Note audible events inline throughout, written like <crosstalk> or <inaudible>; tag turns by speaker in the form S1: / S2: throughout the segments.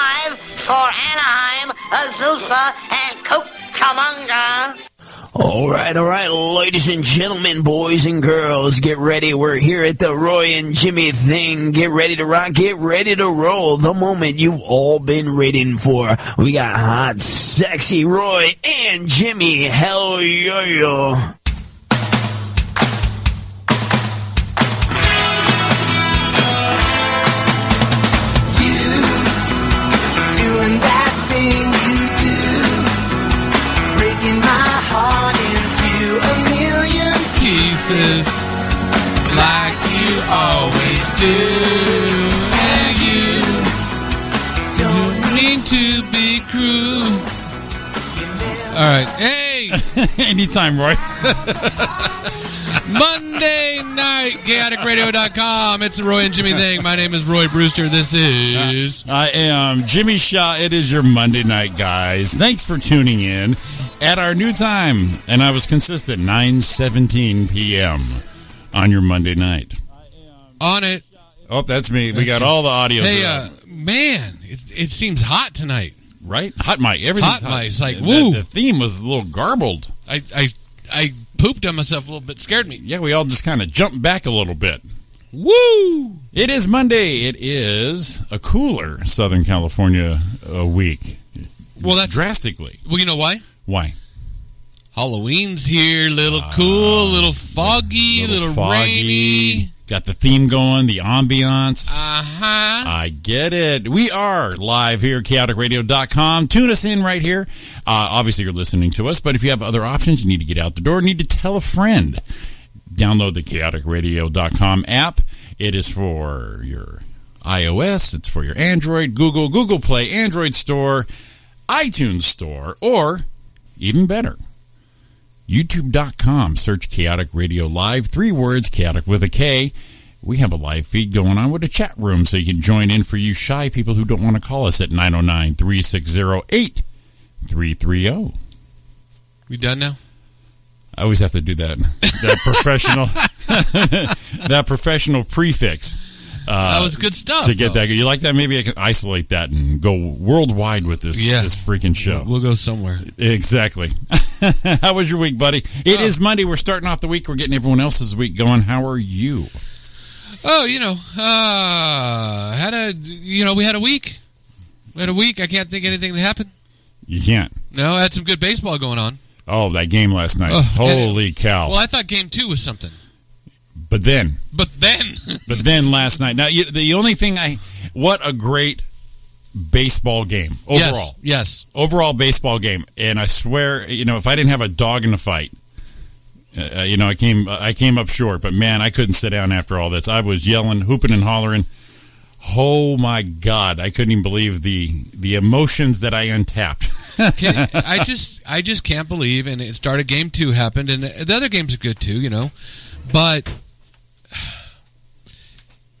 S1: for Anaheim, Azusa, and Cucamonga.
S2: All right, all right, ladies and gentlemen, boys and girls, get ready. We're here at the Roy and Jimmy thing. Get ready to rock, get ready to roll. The moment you've all been waiting for. We got hot, sexy Roy and Jimmy. Hell yo yo.
S3: Doing that thing you do, breaking my heart into a million
S4: pieces, like you always do. And you don't need to be cruel. All right, hey,
S5: <laughs> Anytime, Roy.
S4: <laughs> Monday night, chaoticradio.com. It's the Roy and Jimmy thing. My name is Roy Brewster. This is.
S5: I am Jimmy Shaw. It is your Monday night, guys. Thanks for tuning in at our new time. And I was consistent, 9.17 p.m. on your Monday night.
S4: On it.
S5: Oh, that's me. We got all the audios.
S4: Hey,
S5: are
S4: uh,
S5: up,
S4: man, it, it seems hot tonight.
S5: right? Hot mic. Everything's
S4: Hot mic's like,
S5: The-
S4: woo.
S5: The, theme was a little garbled.
S4: I, I, I pooped on myself a little bit. Scared me.
S5: Yeah, we all just kind of jumped back a little bit.
S4: Woo!
S5: It is Monday. It is a cooler Southern California uh, week.
S4: Well, that's
S5: drastically.
S4: well. You know why?
S5: Why?
S4: Halloween's here. Little
S5: Ah,
S4: cool. Little foggy. Little, rainy.
S5: Got the theme going, the ambiance.
S4: Uh huh.
S5: I get it. We are live here, chaoticradio.com. Tune us in right here. Uh, obviously, you're listening to us, but if you have other options, you need to get out the door, need to tell a friend. Download the chaoticradio.com app. It is for your iOS, it's for your Android, Google, Google Play, Android Store, iTunes Store, or even better, youtube.com. Search Chaotic Radio Live, three words, chaotic with a K. We have a live feed going on with a chat room so you can join in for you shy people who don't want to call us at 909 360 8330.
S4: We done now?
S5: oh. I always have to do that. That
S4: <laughs>
S5: professional, <laughs> that professional prefix
S4: that was good stuff.
S5: Uh, to get
S4: though.
S5: that. You like that? Maybe I can isolate that and go worldwide with this
S4: Yeah.
S5: this freaking show.
S4: We'll go somewhere.
S5: Exactly. <laughs> How was your week, buddy? It is Monday. We're starting off the week. We're getting everyone else's week going. How are you?
S4: Oh, you know, uh, had a you know we had a week. We had a week. I can't think of anything that happened.
S5: You can't.
S4: No, I had some good baseball going on.
S5: Oh, that game last night.
S4: Ugh,
S5: Holy cow.
S4: Well, I thought game two was something,
S5: but then,
S4: but then <laughs>
S5: but then last night. Now, you, the only thing I. What a great baseball game overall.
S4: yes, yes.
S5: Overall baseball game. And I swear, you know, if I didn't have a dog in the fight. Uh, you know, I came I came up short, but man, I couldn't sit down after all this. I was yelling, hooping, and hollering. Oh my God! I couldn't even believe the the emotions that I untapped. <laughs>
S4: Can- I just I just can't believe, and it started game two happened, and the other games are good too, you know, but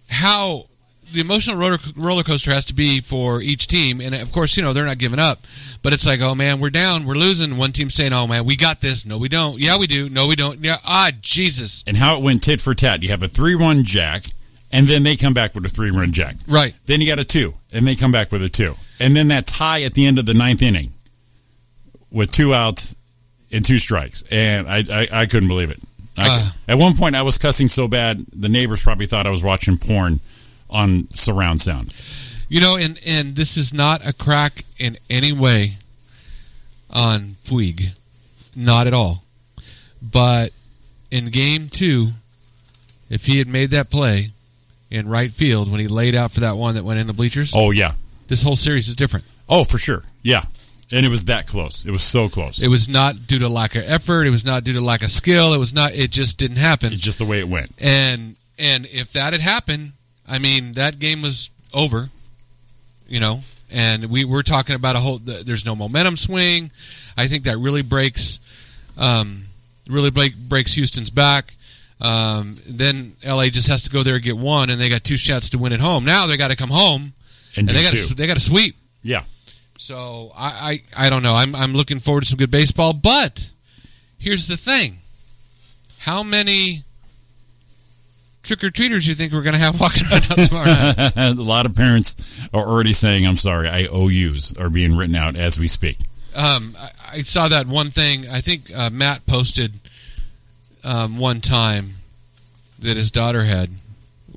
S4: how the emotional roller, roller coaster has to be for each team, and of course, you know they're not giving up, but it's like, oh man, we're down, we're losing. One team saying, oh man, we got this. No, we don't. Yeah, we do. No, we don't. Yeah, ah, Jesus.
S5: and how it went tit for tat. You have a three run jack, and then they come back with a three run jack.
S4: Right.
S5: Then you got a two, and they come back with a two, and then that tie at the end of the ninth inning with two outs and two strikes, and I I, I couldn't believe it. I,
S4: Uh.
S5: at one point, I was cussing so bad the neighbors probably thought I was watching porn on surround sound.
S4: You know, and and this is not a crack in any way on Puig, not at all. But in game two, if he had made that play in right field when he laid out for that one that went in the bleachers,
S5: Oh yeah,
S4: this whole series is different.
S5: oh for sure, yeah. And it was that close. It was so close.
S4: It was not due to lack of effort. It was not due to lack of skill. It was not. It just didn't happen.
S5: It's just the way it went.
S4: And and if that had happened, I mean that game was over. You know, and we we're talking about a whole. th- There's no momentum swing. I think that really breaks, um, really break, breaks Houston's back. Um, then LA just has to go there and get one, and they got two shots to win at home. Now they got to come home, and
S5: And, do
S4: they got
S5: two.
S4: to they got to sweep.
S5: yeah. <laughs>
S4: So I, I I don't know. I'm I'm looking forward to some good baseball, but here's the thing: how many trick or treaters you think we're going to have <laughs> walking around out tomorrow night?
S5: <laughs> a lot of parents are already saying, "I'm sorry, I OUs are being written out as we speak."
S4: um, I, I saw that one thing. I think uh, Matt posted um, one time that his daughter had.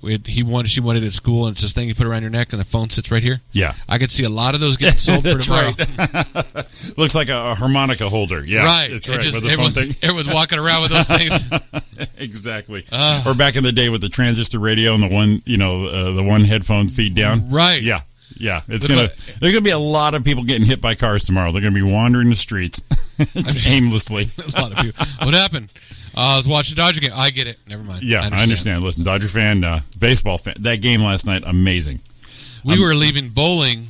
S4: It, he wanted, she wanted it at school, and it's this thing you put around your neck, and the phone sits right here.
S5: Yeah,
S4: I could see a lot of those
S5: <laughs>
S4: getting sold for
S5: that's
S4: tomorrow.
S5: right. Looks like a, a harmonica holder. Yeah,
S4: right.
S5: That's
S4: It
S5: right.
S4: just-
S5: with the phone
S4: everyone's,
S5: thing.
S4: everyone's walking around with
S5: <laughs>
S4: those things. <laughs>
S5: exactly.
S4: Ah.
S5: or back in the day with the transistor radio and the one, you know, uh, the one headphone feed down.
S4: Right.
S5: Yeah. Yeah. It's
S4: But
S5: gonna.
S4: look-
S5: There's gonna be a lot of people getting hit by cars tomorrow. They're gonna be wandering the streets <laughs> aimlessly.
S4: <laughs> a lot of people. What happened? Uh, I was watching the Dodger game. I get it. Never mind.
S5: Yeah, I understand. Listen, Dodger fan, uh, baseball fan. That game last night, amazing.
S4: We were leaving bowling,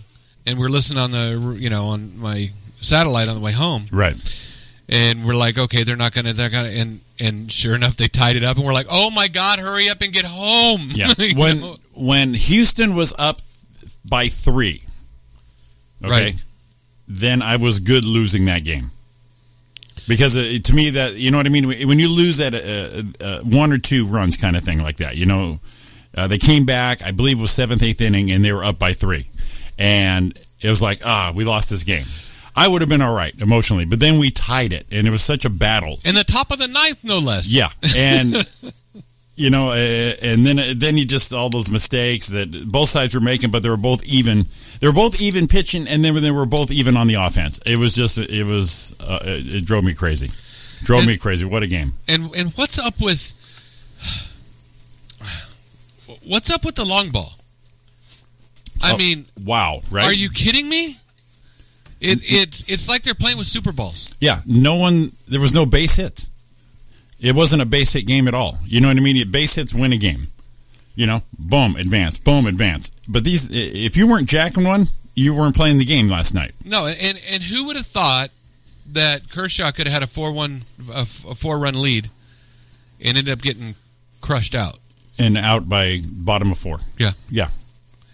S4: and we're listening on the you know on my satellite on the way home.
S5: Right.
S4: and we're like, okay, they're not gonna, they're gonna, and and sure enough, they tied it up, and we're like, oh my god, hurry up and get home. <laughs>
S5: Yeah.
S4: You
S5: when
S4: know?
S5: when Houston was up th- by three, okay,
S4: Right.
S5: then I was good losing that game because uh, to me that you know what I mean. When you lose at a, a, a uh, one or two runs kind of thing like that, you know, uh, they came back. I believe it was seventh, eighth inning, and they were up by three, and it was like ah, we lost this game. I would have been all right emotionally, but then we tied it, and it was such a battle.
S4: in the top of the ninth, no less.
S5: Yeah, and <laughs> you know, uh, and then then you just all those mistakes that both sides were making, but they were both even. They were both even pitching, and then they were both even on the offense. It was just, it was, uh, it, it drove me crazy. Drove me crazy. What a game!
S4: And and what's up with <sighs> what's up with the long ball? I
S5: Oh,
S4: mean,
S5: Wow, right?
S4: are you kidding me? It, it's it's like they're playing with super balls.
S5: Yeah, no one. There was no base hits. It wasn't a base hit game at all. You know what I mean? Your Base hits win a game. You know, boom, advance, boom, advance. But these, i- if you weren't jacking one, you weren't playing the game last night.
S4: No, and and who would have thought that Kershaw could have had a four one a, a four run lead and ended up getting crushed out?
S5: and out by bottom of four.
S4: Yeah.
S5: Yeah.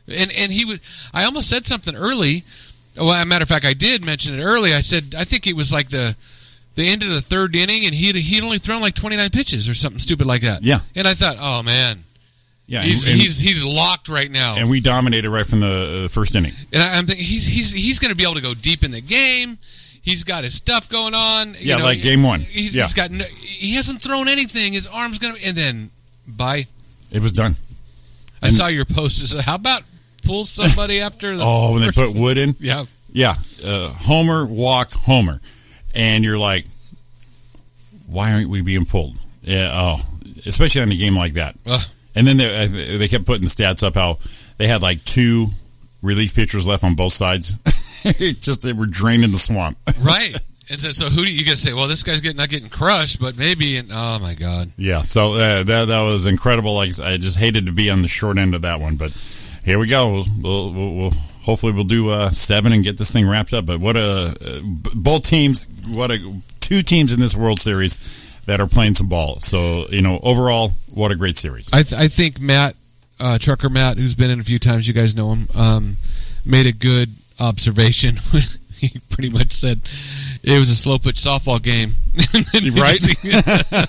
S4: and and he was. I almost said something early. Well, as a matter of fact, I did mention it early. I said I think it was like the the end of the third inning, and he he'd only thrown like twenty nine pitches or something stupid like that.
S5: Yeah.
S4: And I thought, oh man,
S5: Yeah.
S4: he's
S5: and,
S4: he's he's locked right now.
S5: and we dominated right from the uh, first inning.
S4: And I, I'm thinking he's he's he's going to be able to go deep in the game. He's got his stuff going on. you
S5: Yeah,
S4: know,
S5: like game one.
S4: He's,
S5: Yeah.
S4: he's got no, he hasn't thrown anything. His arm's going to and then by
S5: It was done.
S4: I
S5: And-
S4: saw your post. It said, How about pull somebody after the
S5: Oh, when they
S4: first-
S5: put Wood in?
S4: yeah.
S5: Yeah. Uh, homer, walk, Homer. And you're like, why aren't we being pulled? Yeah. Oh, especially on a game like that.
S4: Ugh.
S5: And then they, uh, they kept putting stats up how they had like two relief pitchers left on both sides. <laughs> It's just they were draining the swamp. <laughs>
S4: right? And so, so who do you guys say? Well, this guy's getting not getting crushed, but maybe. And oh my god,
S5: Yeah, so uh, that that was incredible. Like I said, I just hated to be on the short end of that one, but here we go. We'll, we'll, we'll hopefully we'll do uh, seven and get this thing wrapped up. But what a uh, b- both teams, what a two teams in this World Series that are playing some ball. So you know, overall, what a
S4: <laughs>
S5: great series.
S4: I, th- I think Matt uh, Trucker Matt, who's been in a few times, you guys know him, um, made a good observation. <laughs> he pretty much said it was a slow pitch softball game,
S5: <laughs>
S4: <laughs>
S5: Right?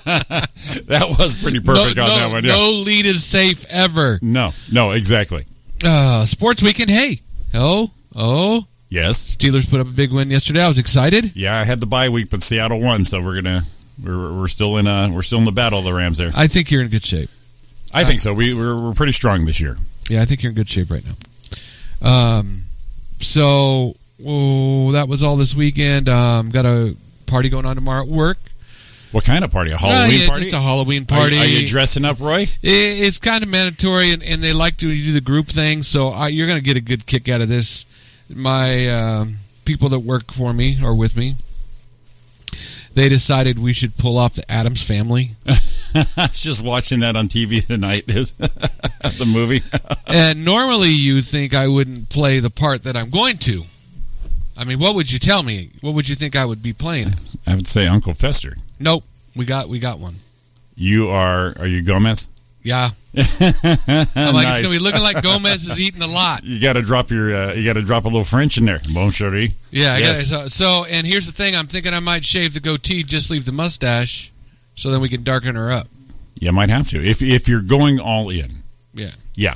S5: <laughs> that was pretty perfect
S4: no,
S5: on
S4: no,
S5: that one. Yeah.
S4: no lead is safe ever.
S5: no, no, exactly.
S4: Uh, sports weekend. Hey, oh, oh,
S5: Yes,
S4: Steelers put up a big win yesterday. I was excited.
S5: yeah. I had the bye week, but Seattle won, so we're gonna we're, we're still in uh we're still in the battle of the Rams there.
S4: I think you're in good shape.
S5: I think so. We we're, we're pretty strong this year.
S4: Yeah, I think you're in good shape right now. Um, so oh, that was all this weekend. Um, got a party going on tomorrow at work.
S5: What kind of party? A Halloween
S4: Uh, yeah,
S5: party?
S4: Just a Halloween
S5: Are you-
S4: party.
S5: Are, you dressing up, Roy?
S4: I-
S5: <laughs>
S4: it's kind of mandatory, and, and they like to do the group thing. So I, you're going to get a good kick out of this. My um people that work for me or with me, they decided we should pull off the Adams family,
S5: I was just watching that on TV tonight. <laughs> the movie.
S4: and normally you think I wouldn't play the part that I'm going to. I mean, what would you tell me? What would you think I would be playing?
S5: I would say Uncle Fester.
S4: Nope, we got we got one.
S5: You are. Are you Gomez?
S4: Yeah,
S5: <laughs>
S4: I'm like it's gonna be looking like Gomez is eating a lot.
S5: You got to drop your. Uh, you got to drop a little French in there. Bon chéri.
S4: Yeah, I
S5: Yes.
S4: got it. So, so, and here's the thing: I'm thinking I might shave the goatee, just leave the mustache, so then we can darken her up.
S5: You might have to if if you're going all in.
S4: Yeah.
S5: Yeah.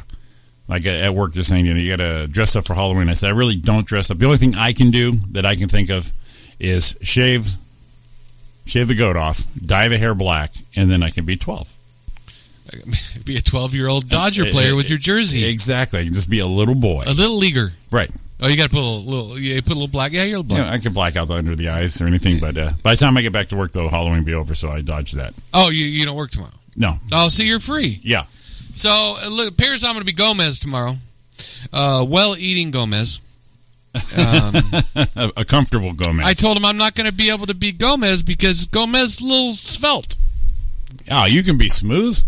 S5: Like at at work, they're saying, you know, you got to dress up for Halloween. I said, I really don't dress up. The only thing I can do that I can think of is shave, shave the goat off, dye the hair black, and then I can be 12.
S4: Be a 12 year
S5: Uh,
S4: old Dodger player with your jersey.
S5: Exactly. I can just be a little boy.
S4: A little leaguer.
S5: Right.
S4: Oh, you got to put a little, you put a little black. Yeah, you're a
S5: You
S4: black.
S5: know, I can black out the, under the eyes or anything, but uh, by the time I get back to work, though, Halloween will be over, so I dodge that.
S4: Oh, you, you don't work tomorrow.
S5: No.
S4: Oh, so you're free. <laughs>
S5: Yeah.
S4: So it look, appears I'm going to be Gomez tomorrow. Uh, well, eating Gomez. Um,
S5: a, a comfortable Gomez.
S4: I told him I'm not going to be able to be Gomez because Gomez is a little svelte.
S5: oh, you can be smooth.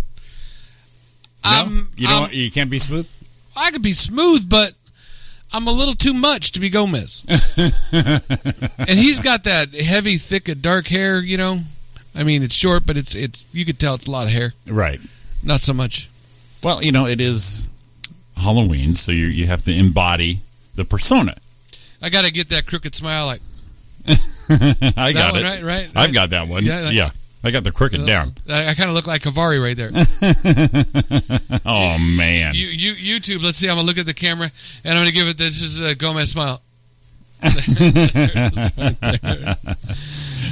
S5: No?
S4: I'm-
S5: you don't.
S4: I'm-
S5: you can't be smooth.
S4: I could be smooth, but I'm a little too much to be
S5: <laughs>
S4: Gomez. and he's got that heavy, thick, of dark hair. You know, I mean, it's short, but it's it's you could tell it's a lot of hair.
S5: Right.
S4: Not so much.
S5: Well, you know, it is Halloween, so you you have to embody the persona. <laughs>
S4: I got to get that crooked smile. Like
S5: I got
S4: one,
S5: it.
S4: right, right,
S5: I've got that one.
S4: Yeah,
S5: Yeah.
S4: like-
S5: I got the crooked down.
S4: uh, I, I kind of look like Kavari right
S5: <laughs>
S4: there.
S5: Oh man.
S4: you, you YouTube. Let's see. I'm gonna look at the camera and I'm gonna give it. This is a Gomez smile.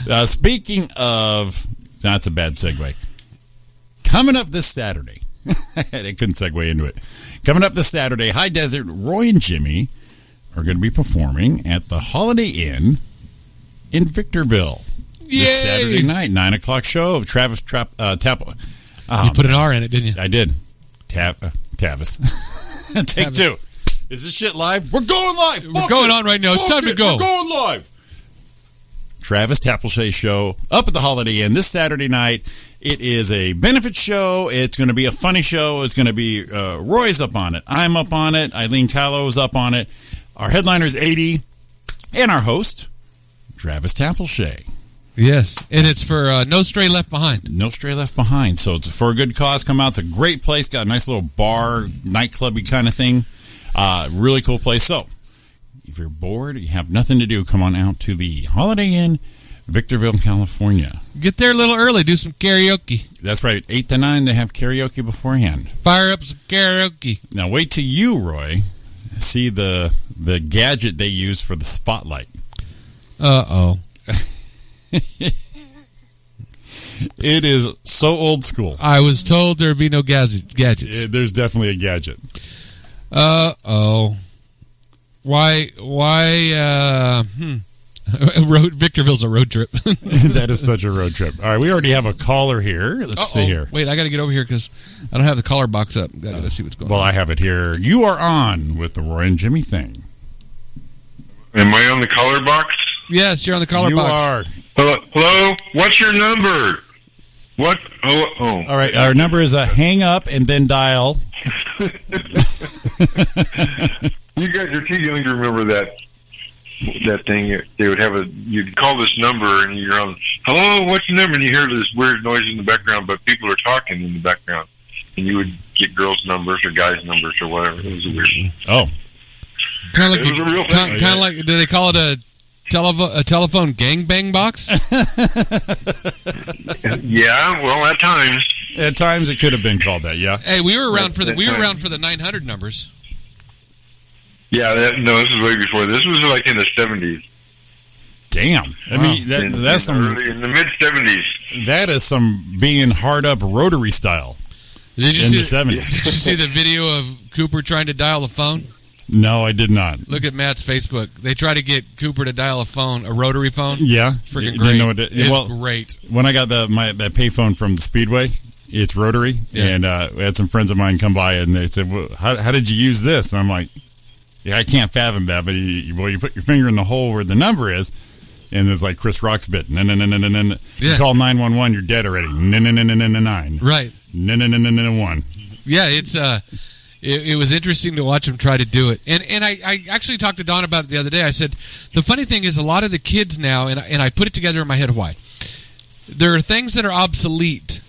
S5: Uh, speaking of, that's a bad segue. Coming up this Saturday, <laughs> I couldn't segue into it. Coming up this Saturday, High Desert, Roy and Jimmy are going to be performing at the Holiday Inn in Victorville
S4: Yay!
S5: this Saturday night, nine o'clock show of Travis Trap uh, Tap.
S4: You put an R in it, didn't you?
S5: I did Tav uh, Tavis. <laughs> Take
S4: Tavis.
S5: two. Is this shit live? We're going live.
S4: We're going on right now. It's time
S5: Fuck
S4: to
S5: it.
S4: go.
S5: We're going live. Travis Tapleshay show up at the Holiday Inn this Saturday night. It is a benefit show. It's going to be a funny show. It's going to be uh, Roy's up on it. I'm up on it. Eileen Tallow's up on it. Our headliner is 80, and our host, Travis Tapleshay.
S4: Yes, and it's for uh, No Stray Left Behind.
S5: No Stray Left Behind. So it's for a good cause. Come out. It's a great place. Got a nice little bar, nightclubby kind of thing. Uh, really cool place. So if you're bored, you have nothing to do, come on out to the Holiday Inn, Victorville, California.
S4: Get there a little early. Do some karaoke.
S5: That's right. Eight to nine, they have karaoke beforehand.
S4: Fire up some karaoke.
S5: Now wait till you, Roy, see the the gadget they use for the spotlight.
S4: Uh oh.
S5: It is so old school.
S4: I was told there'd be no gadget,
S5: Eh,
S4: gadgets.
S5: there's definitely a gadget. <laughs>
S4: Uh oh. Why? Why? Uh, hmm. <laughs> road Victorville's a road trip. <laughs>
S5: that is such a road trip. All right, we already have a caller here. Let's see
S4: Uh-oh.
S5: here. Oh.
S4: Wait, I got to get over here because I don't have the collar box up. Got to see what's going
S5: Well,
S4: on.
S5: I have it here. You are on with the Roy and Jimmy thing.
S6: Am I on the color box?
S4: Yes, you're on the collar
S5: you
S4: box.
S5: are.
S6: Hello? Hello? What's your number? What? Oh, oh.
S5: All right. Our number is a hang up and then dial.
S6: You guys are too young to remember that that thing. They would have a. You'd call this number and you're on. Hello, what's the number? And you hear this weird noise in the background, but people are talking in the background, and you would get girls' numbers or guys' numbers or whatever. It was a weird. one.
S5: Oh,
S4: Kind of
S6: It was a real
S4: like,
S6: thing.
S4: kind, of like, do they call it a, televo- a telephone gangbang
S5: <laughs>
S4: box?
S6: Yeah. Well, at times.
S5: at times it could have been called that. Yeah.
S4: hey, we were around for the we were around for the 900 numbers.
S6: Yeah. That, no, this is way before. This was like in the seventies.
S5: Damn. I mean, that, that's
S6: in the
S5: some.
S6: early, in the mid seventies.
S5: That is some being hard up rotary style
S4: Did you
S5: in
S4: see
S5: the seventies.
S4: Did you see
S5: <laughs>
S4: the video of Cooper trying to dial the phone?
S5: No, I did not.
S4: Look at Matt's Facebook. They try to get Cooper to dial a phone, a rotary phone.
S5: Yeah,
S4: Freaking
S5: Didn't
S4: great.
S5: know what to-
S4: it's
S5: well,
S4: great.
S5: when I got the my that payphone from the Speedway, it's rotary,
S4: Yeah.
S5: and uh, we had some friends of mine come by and they said, well, how, "How did you use this?" And I'm like, "Yeah, I can't fathom that." But you, you- well, you put your finger in the hole where the number is, and it's like Chris Rock's bit. No, no, no, no, no, no. no. You
S4: Yeah.
S5: call nine one one, you're dead already. No, no, no, no, no, no, nine.
S4: Right.
S5: No, no, no, no, no, no, one.
S4: Yeah, it's uh it, it was interesting to watch him try to do it. And and I, I actually talked to Don about it the other day. I said the funny thing is a lot of the kids now and I- and I put it together in my head why. There are things that are obsolete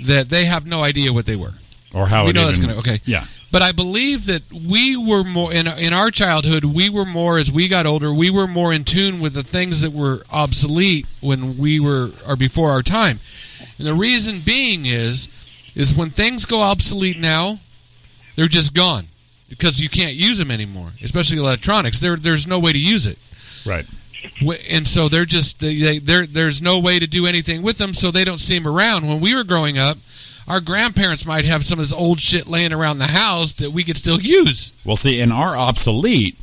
S4: that they have no idea what they were.
S5: Or how
S4: We
S5: it
S4: know
S5: even,
S4: that's gonna- okay.
S5: Yeah,
S4: But I believe that we were more in in our childhood. We were more as we got older. We were more in tune with the things that were obsolete when we were or before our time. And the reason being is is when things go obsolete now, they're just gone because you can't use them anymore, especially electronics. There, there's no way to use it.
S5: Right.
S4: Wh- and so they're just they, they there there's no way to do anything with them so they don't seem around when we were growing up our grandparents might have some of this old shit laying around the house that we could still use
S5: Well, see, in our obsolete,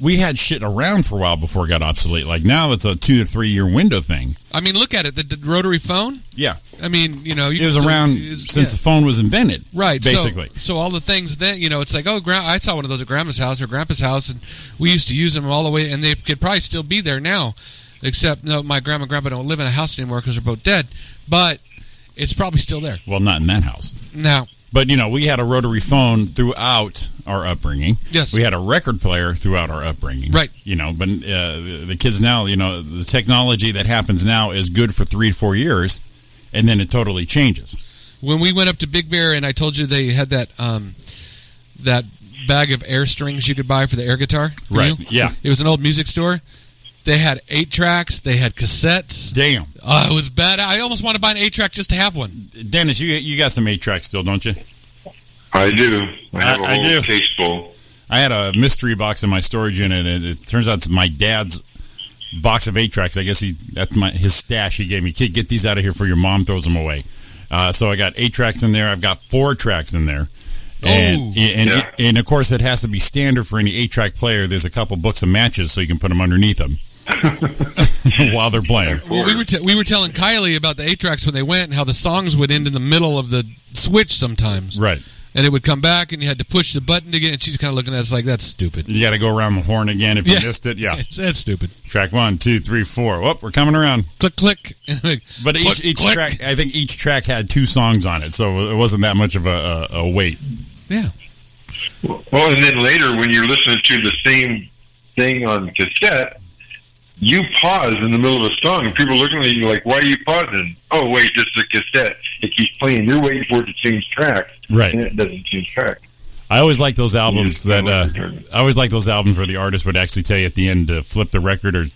S5: we had shit around for a while before it got obsolete. Like now, it's a two to three year window thing.
S4: i mean look at it the, the rotary phone
S5: Yeah,
S4: i mean you know you
S5: it was
S4: can still
S5: around
S4: use-
S5: since
S4: yeah.
S5: the phone was invented.
S4: Right, so-
S5: basically.
S4: So, all the things that you know, it's like, oh, grand, I saw one of those at grandma's house or grandpa's house, and we used to use them all the way, and they could probably still be there now, except no, my grandma and grandpa don't live in a house anymore because they're both dead. But it's probably still there
S5: Well, not in that house,
S4: now.
S5: but you know, we had a rotary phone throughout our upbringing.
S4: Yes,
S5: We had a record player throughout our upbringing.
S4: Right.
S5: You know, but uh, the kids now, you know, the technology that happens now is good for three to four years, and then it totally changes.
S4: when we went up to Big Bear and I told you they had that um, that bag of air strings you could buy for the air guitar. you
S5: Right.
S4: knew?
S5: Yeah.
S4: It was an old music store. They had eight tracks. They had cassettes.
S5: Damn.
S4: Oh, it was bad. I almost want to buy an eight track just to have one.
S5: Dennis, you you got some eight tracks still, don't you?
S6: I do. I have a
S5: I- I
S6: whole
S5: do.
S6: case full.
S5: I had a mystery box in my storage unit, and it turns out it's my dad's box of eight tracks. I guess he that's my his stash he gave me. Kid, get these out of here for your mom throws them away. Uh, so I got eight tracks in there. I've got four tracks in there.
S4: Ooh.
S5: And, and,
S6: Yeah.
S5: and of course, it has to be standard for any eight track player. There's a couple books of matches so you can put them underneath them while they're playing.
S4: Well, we were t- we were telling Kylie about the eight tracks when they went and how the songs would end in the middle of the switch sometimes,
S5: Right.
S4: and it would come back and you had to push the button to get. And she's kind of looking at us like that's stupid.
S5: You got to go around the horn again if you
S4: Yeah.
S5: missed it. Yeah.
S4: It's- <laughs> that's stupid.
S5: Track one, two, three, four. Whoop, we're coming around.
S4: Click click. <laughs>
S5: But each,
S4: Click,
S5: each
S4: click.
S5: track, I think each track had two songs on it, so it wasn't that much of a, a, a wait.
S4: Yeah.
S6: Well, and then later when you're listening to the same thing on cassette, you pause in the middle of a song. and People looking at you like, "Why are you pausing?" Oh, wait, this is a cassette. It keeps playing. You're waiting for it to change track, and
S5: Right.
S6: it doesn't change track.
S5: I always like those albums
S6: Yeah,
S5: that
S6: I
S5: uh,
S6: like the-
S5: I always like those albums where the artist would actually tell you at the end to flip the record or t-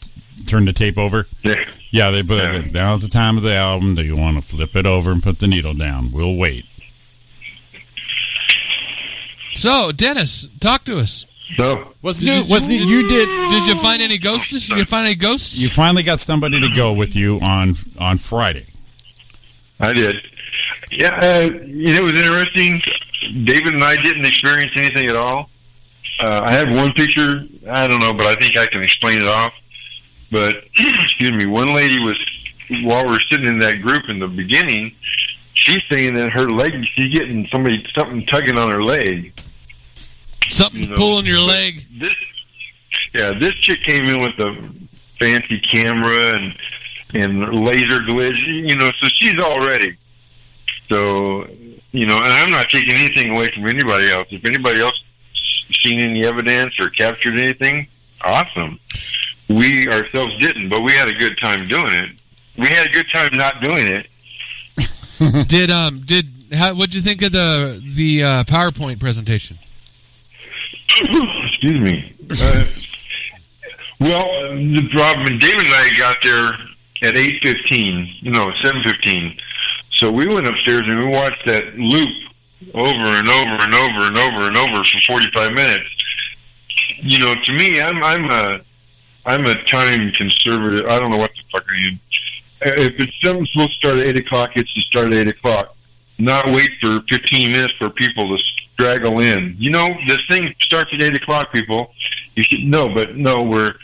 S5: turn the tape over.
S6: Yeah.
S5: Yeah, they put
S6: Yeah.
S5: now's the time of the album. Do you want to flip it over and put the needle down? We'll wait.
S4: So Dennis, talk to us.
S6: So
S5: What's
S4: Did
S5: new? What's new? You did.
S4: Did you find any ghosts? Did you find any ghosts?
S5: You finally got somebody to go with you on on Friday.
S6: I did. Yeah, uh, you know, it was interesting. David and I didn't experience anything at all. Uh, I have one picture. I don't know, but I think I can explain it off. But <clears throat> excuse me, one lady was while we were sitting in that group in the beginning. She's saying that her leg, she's getting somebody something tugging on her leg.
S4: Something
S6: you know,
S4: pulling your leg.
S6: This, yeah, this chick came in with a fancy camera and and laser glitch, you know, so she's all ready. So, you know, and I'm not taking anything away from anybody else. If anybody else seen any evidence or captured anything, awesome. We ourselves didn't, but we had a good time doing it. We had a good time not doing it.
S4: Did um did how what'd you think of the the uh, PowerPoint presentation?
S6: Excuse me. Uh, well, the problem, David and I got there at eight fifteen. No, seven fifteen. So we went upstairs and we watched that loop over and over and over and over and over for forty five minutes. You know, to me, I'm I'm a I'm a time conservative. I don't know what the fuck I am. Uh, If it's something's supposed to start at eight o'clock, it's to start at eight o'clock. Not wait for fifteen minutes for people to straggle in. You know, this thing starts at eight o'clock. People, you should know, but no, we're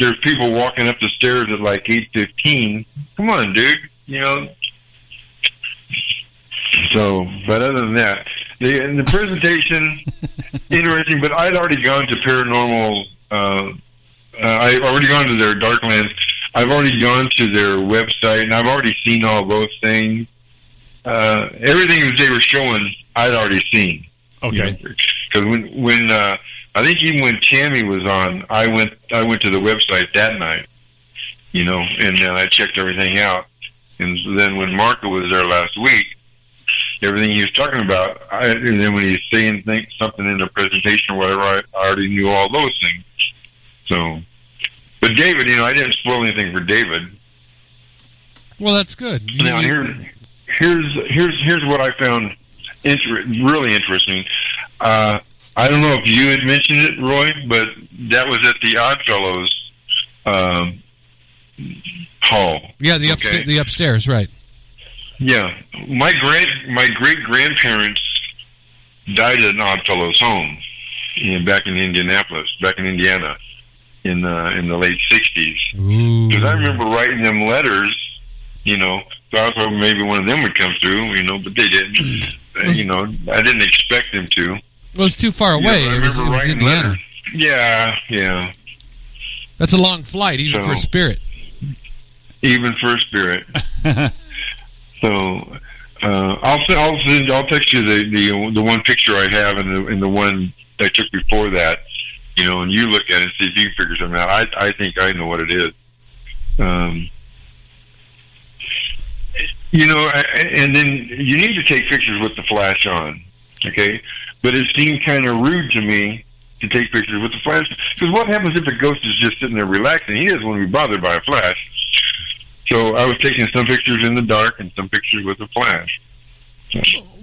S6: there's people walking up the stairs at like eight fifteen. Come on, dude. You know. So, but other than that, the and the presentation interesting. But I'd already gone to paranormal. Uh, uh, I've already gone to their Darklands. I've already gone to their website, and I've already seen all those things. Uh, everything that they were showing, I'd already seen.
S5: Okay.
S6: Because when when uh, I think even when Tammy was on, I went I went to the website that night, you know, and then I checked everything out. And then when Marco was there last week, everything he was talking about, I, and then when he was saying things, something in the presentation or whatever, I, I already knew all those things. So, but David, you know, I didn't spoil anything for David.
S4: Well, that's good. You-
S6: Now
S4: you-
S6: here, here's here's here's what I found inter- really interesting. Uh, I don't know if you had mentioned it, Roy, but that was at the Oddfellows um, hall.
S4: Yeah, the
S6: Okay.
S4: upsta- the upstairs, right?
S6: Yeah, my grand my great grandparents died at an Oddfellows home, you know, back in Indianapolis, back in Indiana, in the in the late '60s.
S4: Ooh.
S6: Because I remember writing them letters, you know. So I was hoping maybe one of them would come through, you know, but they didn't. And, you know, I didn't expect them to.
S4: Well, it's too far away.
S6: Yeah, but I
S4: it was, it
S6: remember
S4: was
S6: writing
S4: Indiana.
S6: letters. Yeah, yeah.
S4: That's a long flight, even
S6: So-
S4: for Spirit.
S6: Even for a spirit. so uh, I'll send, I'll send, I'll text you the, the the one picture I have and the and the one I took before that, you know, and you look at it and see if you can figure something out. I I think I know what it is. Um, you know, I- I- and then you need to take pictures with the flash on, okay? But it seemed kind of rude to me to take pictures with the flash because what happens if the ghost is just sitting there relaxing? He doesn't want to be bothered by a flash. So I was taking some pictures in the dark and some pictures with a flash.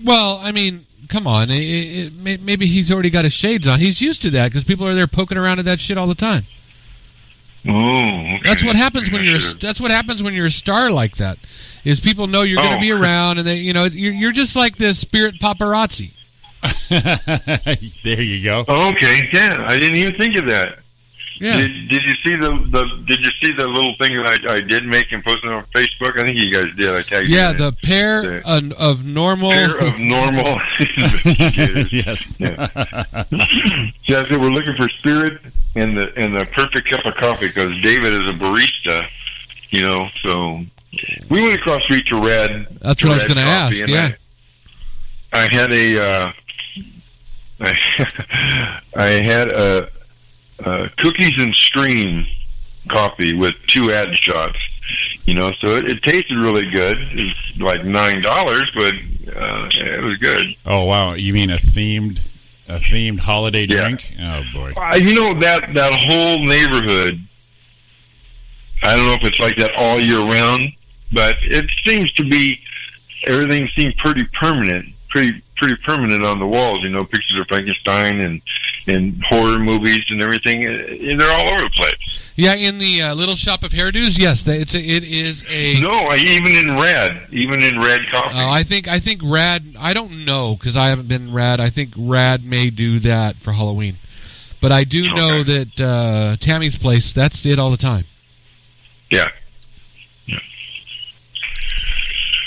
S4: Well, I mean, come on. It, it, it, may- maybe he's already got his shades on. He's used to that because people are there poking around at that shit all the time.
S6: Oh, okay.
S4: That's what happens when you're. A,
S6: Sure.
S4: that's what happens when you're a star like that. Is people know you're going
S6: Oh.
S4: to be around, and they, you know, you're, you're just like this Spirit paparazzi.
S5: <laughs> there you
S6: <laughs>
S5: go.
S6: Oh, okay, yeah, I didn't even think of that.
S4: Yeah.
S6: Did, did you see the, the Did you see the little thing that I, I did make and posted on Facebook? I think you guys did. I tagged you
S4: Yeah,
S6: in
S4: the
S6: it.
S4: pair of, of normal. <laughs>
S6: pair of normal. <laughs>
S5: <laughs> yes.
S6: Yeah.
S5: <laughs>
S6: <laughs> yeah, I said we're looking for spirit and the and the perfect cup of coffee because David is a barista, you know. So we went across the street to Red.
S4: That's what I was
S6: Red
S4: gonna ask,
S6: Coffee, and
S4: yeah.
S6: I, I had a uh, I, <laughs> I had a, a cookies and stream coffee with two ad shots. You know, so it, it tasted really good. It was like nine dollars, but uh, it was good.
S5: Oh wow, you mean a themed a themed holiday
S6: Yeah.
S5: drink? Oh boy.
S6: Uh, you know that that whole neighborhood. I don't know if it's like that all year round, but it seems to be everything seemed pretty permanent, pretty pretty permanent on the walls. You know, pictures of Frankenstein and and horror movies and everything. Uh, They're all over the place.
S4: Yeah, in the uh, little shop of hairdos. Yes, that it's a, it is a.
S6: No, I, even in red, even in red coffee.
S4: Oh, I think I think Rad. I don't know because I haven't been Rad. I think Rad may do that for Halloween, but I do know that uh, Tammy's place. That's it all the time.
S6: Yeah.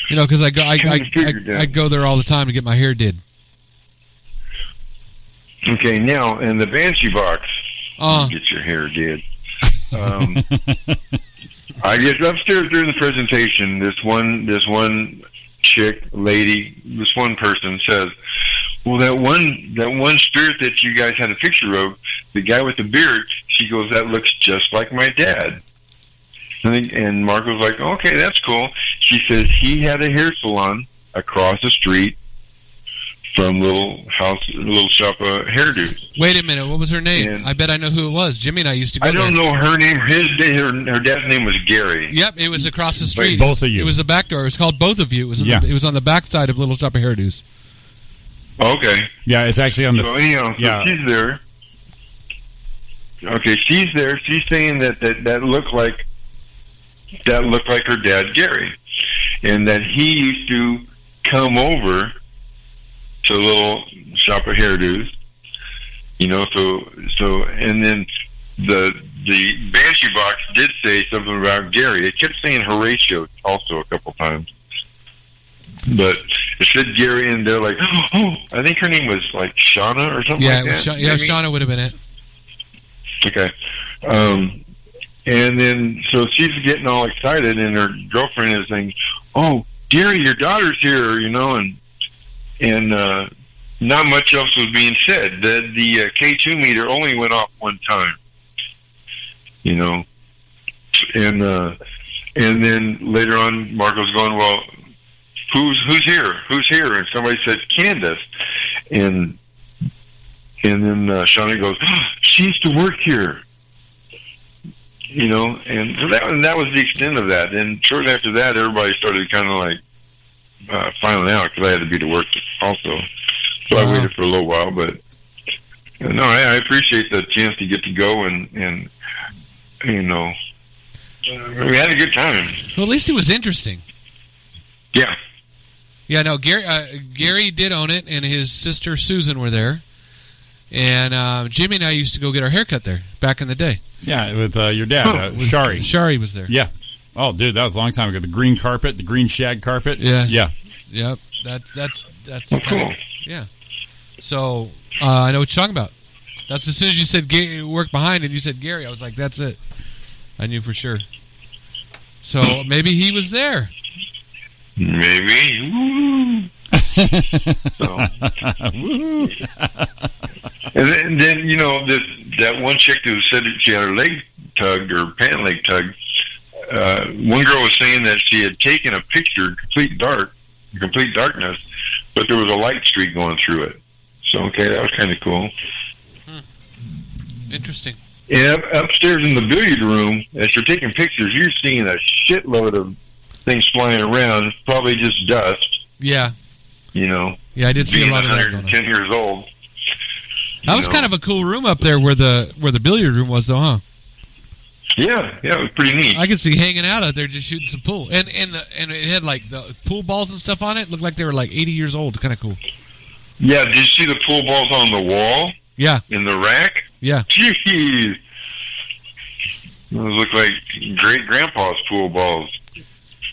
S4: You know, because I go I, I,
S6: Figured
S4: I,
S6: that.
S4: I go there all the time to get my hair did.
S6: okay, now in the Banshee box,
S4: Uh,
S6: get your hair did. Um, <laughs> I guess upstairs during the presentation, this one, this one chick, lady, this one person says, "Well, that one, that one spirit that you guys had a picture of, the guy with the beard." She goes, "That looks just like my dad." And, then- and Marco's like, "Okay, that's cool." She says he had a hair salon across the street from little house, little shop uh, of hairdos.
S4: wait a minute. What was her name?
S6: And-
S4: I bet I know who it was. Jimmy and I used to go
S6: I don't
S4: there.
S6: know her name. His her, her dad's name was Gary.
S4: Yep, it was across the street.
S5: both of you.
S4: It was the back door. It was called both of you. It was on
S5: Yeah.
S4: the, it was on the back side of Little Shop of Hairdos.
S6: Okay.
S5: Yeah, it's actually on the
S6: So anyhow, so
S5: yeah.
S6: she's there. Okay, she's there. She's saying that that, that looked like that looked like her dad Gary, and that he used to come over to little shop of hairdos. You know, so so and then the the banshee box did say something about Gary. It kept saying Horatio also a couple times. But it said Gary and they're like, <gasps> oh, I think her name was like Shauna or something
S4: Yeah,
S6: like
S4: it was
S6: that.
S4: Sha- yeah,
S6: maybe?
S4: Shauna would have been it.
S6: Okay. Um, and then, so she's getting all excited, and her girlfriend is saying, "Oh, dearie, your daughter's here," you know, and and uh, not much else was being said. The the uh, K two meter only went off one time, you know, and uh, and then later on, Marco's going, "Well, who's who's here? Who's here?" And somebody says, "Candace," and and then uh, Shawnee goes, "Oh, "She used to work here," you know. And so that, and that was the extent of that. And shortly after that, everybody started kind of like uh, finally out because I had to be to work also. So
S4: Wow.
S6: I waited for a little while, but uh, no, I, I appreciate the chance to get to go and and you know uh, we had a good time.
S4: Well, at least it was interesting.
S6: Yeah.
S4: Yeah, no, Gary, uh, Gary did own it, and his sister Susan were there. And uh, Jimmy and I used to go get our haircut there back in the day.
S5: Yeah, with uh, your dad,
S6: <laughs>
S5: uh, Shari.
S4: Shari was there.
S5: Yeah. Oh, dude, that was a long time ago. The green carpet, the green shag carpet.
S4: Yeah.
S5: Yeah. <laughs>
S4: Yep. That, that's that's
S6: Well,
S4: kinda-
S6: cool.
S4: So uh, I know what you're talking about. That's as soon as you said Ga- work behind and you said Gary, I was like, that's it. I knew for sure. So maybe he was there.
S6: Maybe. Woo. so. and then, and then you know that that one chick who said that she had her leg tugged or pant leg tugged. Uh, one girl was saying that she had taken a picture, complete dark, complete darkness, but there was a light streak going through it. So okay, that was kind of cool.
S4: Interesting.
S6: And up, upstairs in the billiard room, as you're taking pictures, you're seeing a shitload of things flying around, probably just dust,
S4: Yeah.
S6: you know.
S4: Yeah, I did see
S6: being
S4: a lot of that going on.
S6: 110 years old.
S4: That was
S6: you know.
S4: kind of a cool room up there where the where the billiard room was though, huh?
S6: Yeah, yeah, it was pretty neat.
S4: I could see hanging out out there just shooting some pool. And and the, and it had like the pool balls and stuff on it. Looked like they were like 80 years old. Kind of cool.
S6: yeah, did you see the pool balls on the wall
S4: Yeah.
S6: in the rack?
S4: Yeah.
S6: Jeez, those look like great grandpa's pool balls.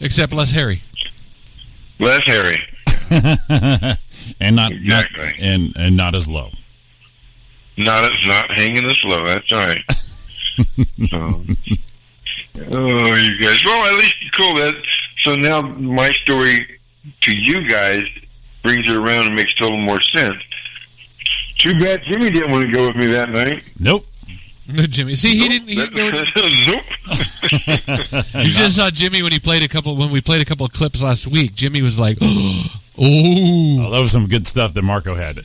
S4: Except less hairy. <laughs>
S6: Less hairy.
S5: and not, not-
S6: Exactly.
S5: and and not as low.
S6: Not it's not hanging this low. That's
S4: <laughs>
S6: all right. so, oh, you guys. Well, at least it's cool that. So now my story to you guys brings it around and makes total more sense. Too bad Jimmy didn't want to go with me that night.
S5: Nope. <laughs>
S4: Jimmy. See, he didn't. He, there
S6: <laughs>
S4: was-
S6: nope.
S4: You just saw Jimmy when he played a couple when we played a couple of clips last week. Jimmy was like, <gasps> "Oh,
S5: Oh, that was some good stuff that Marco had.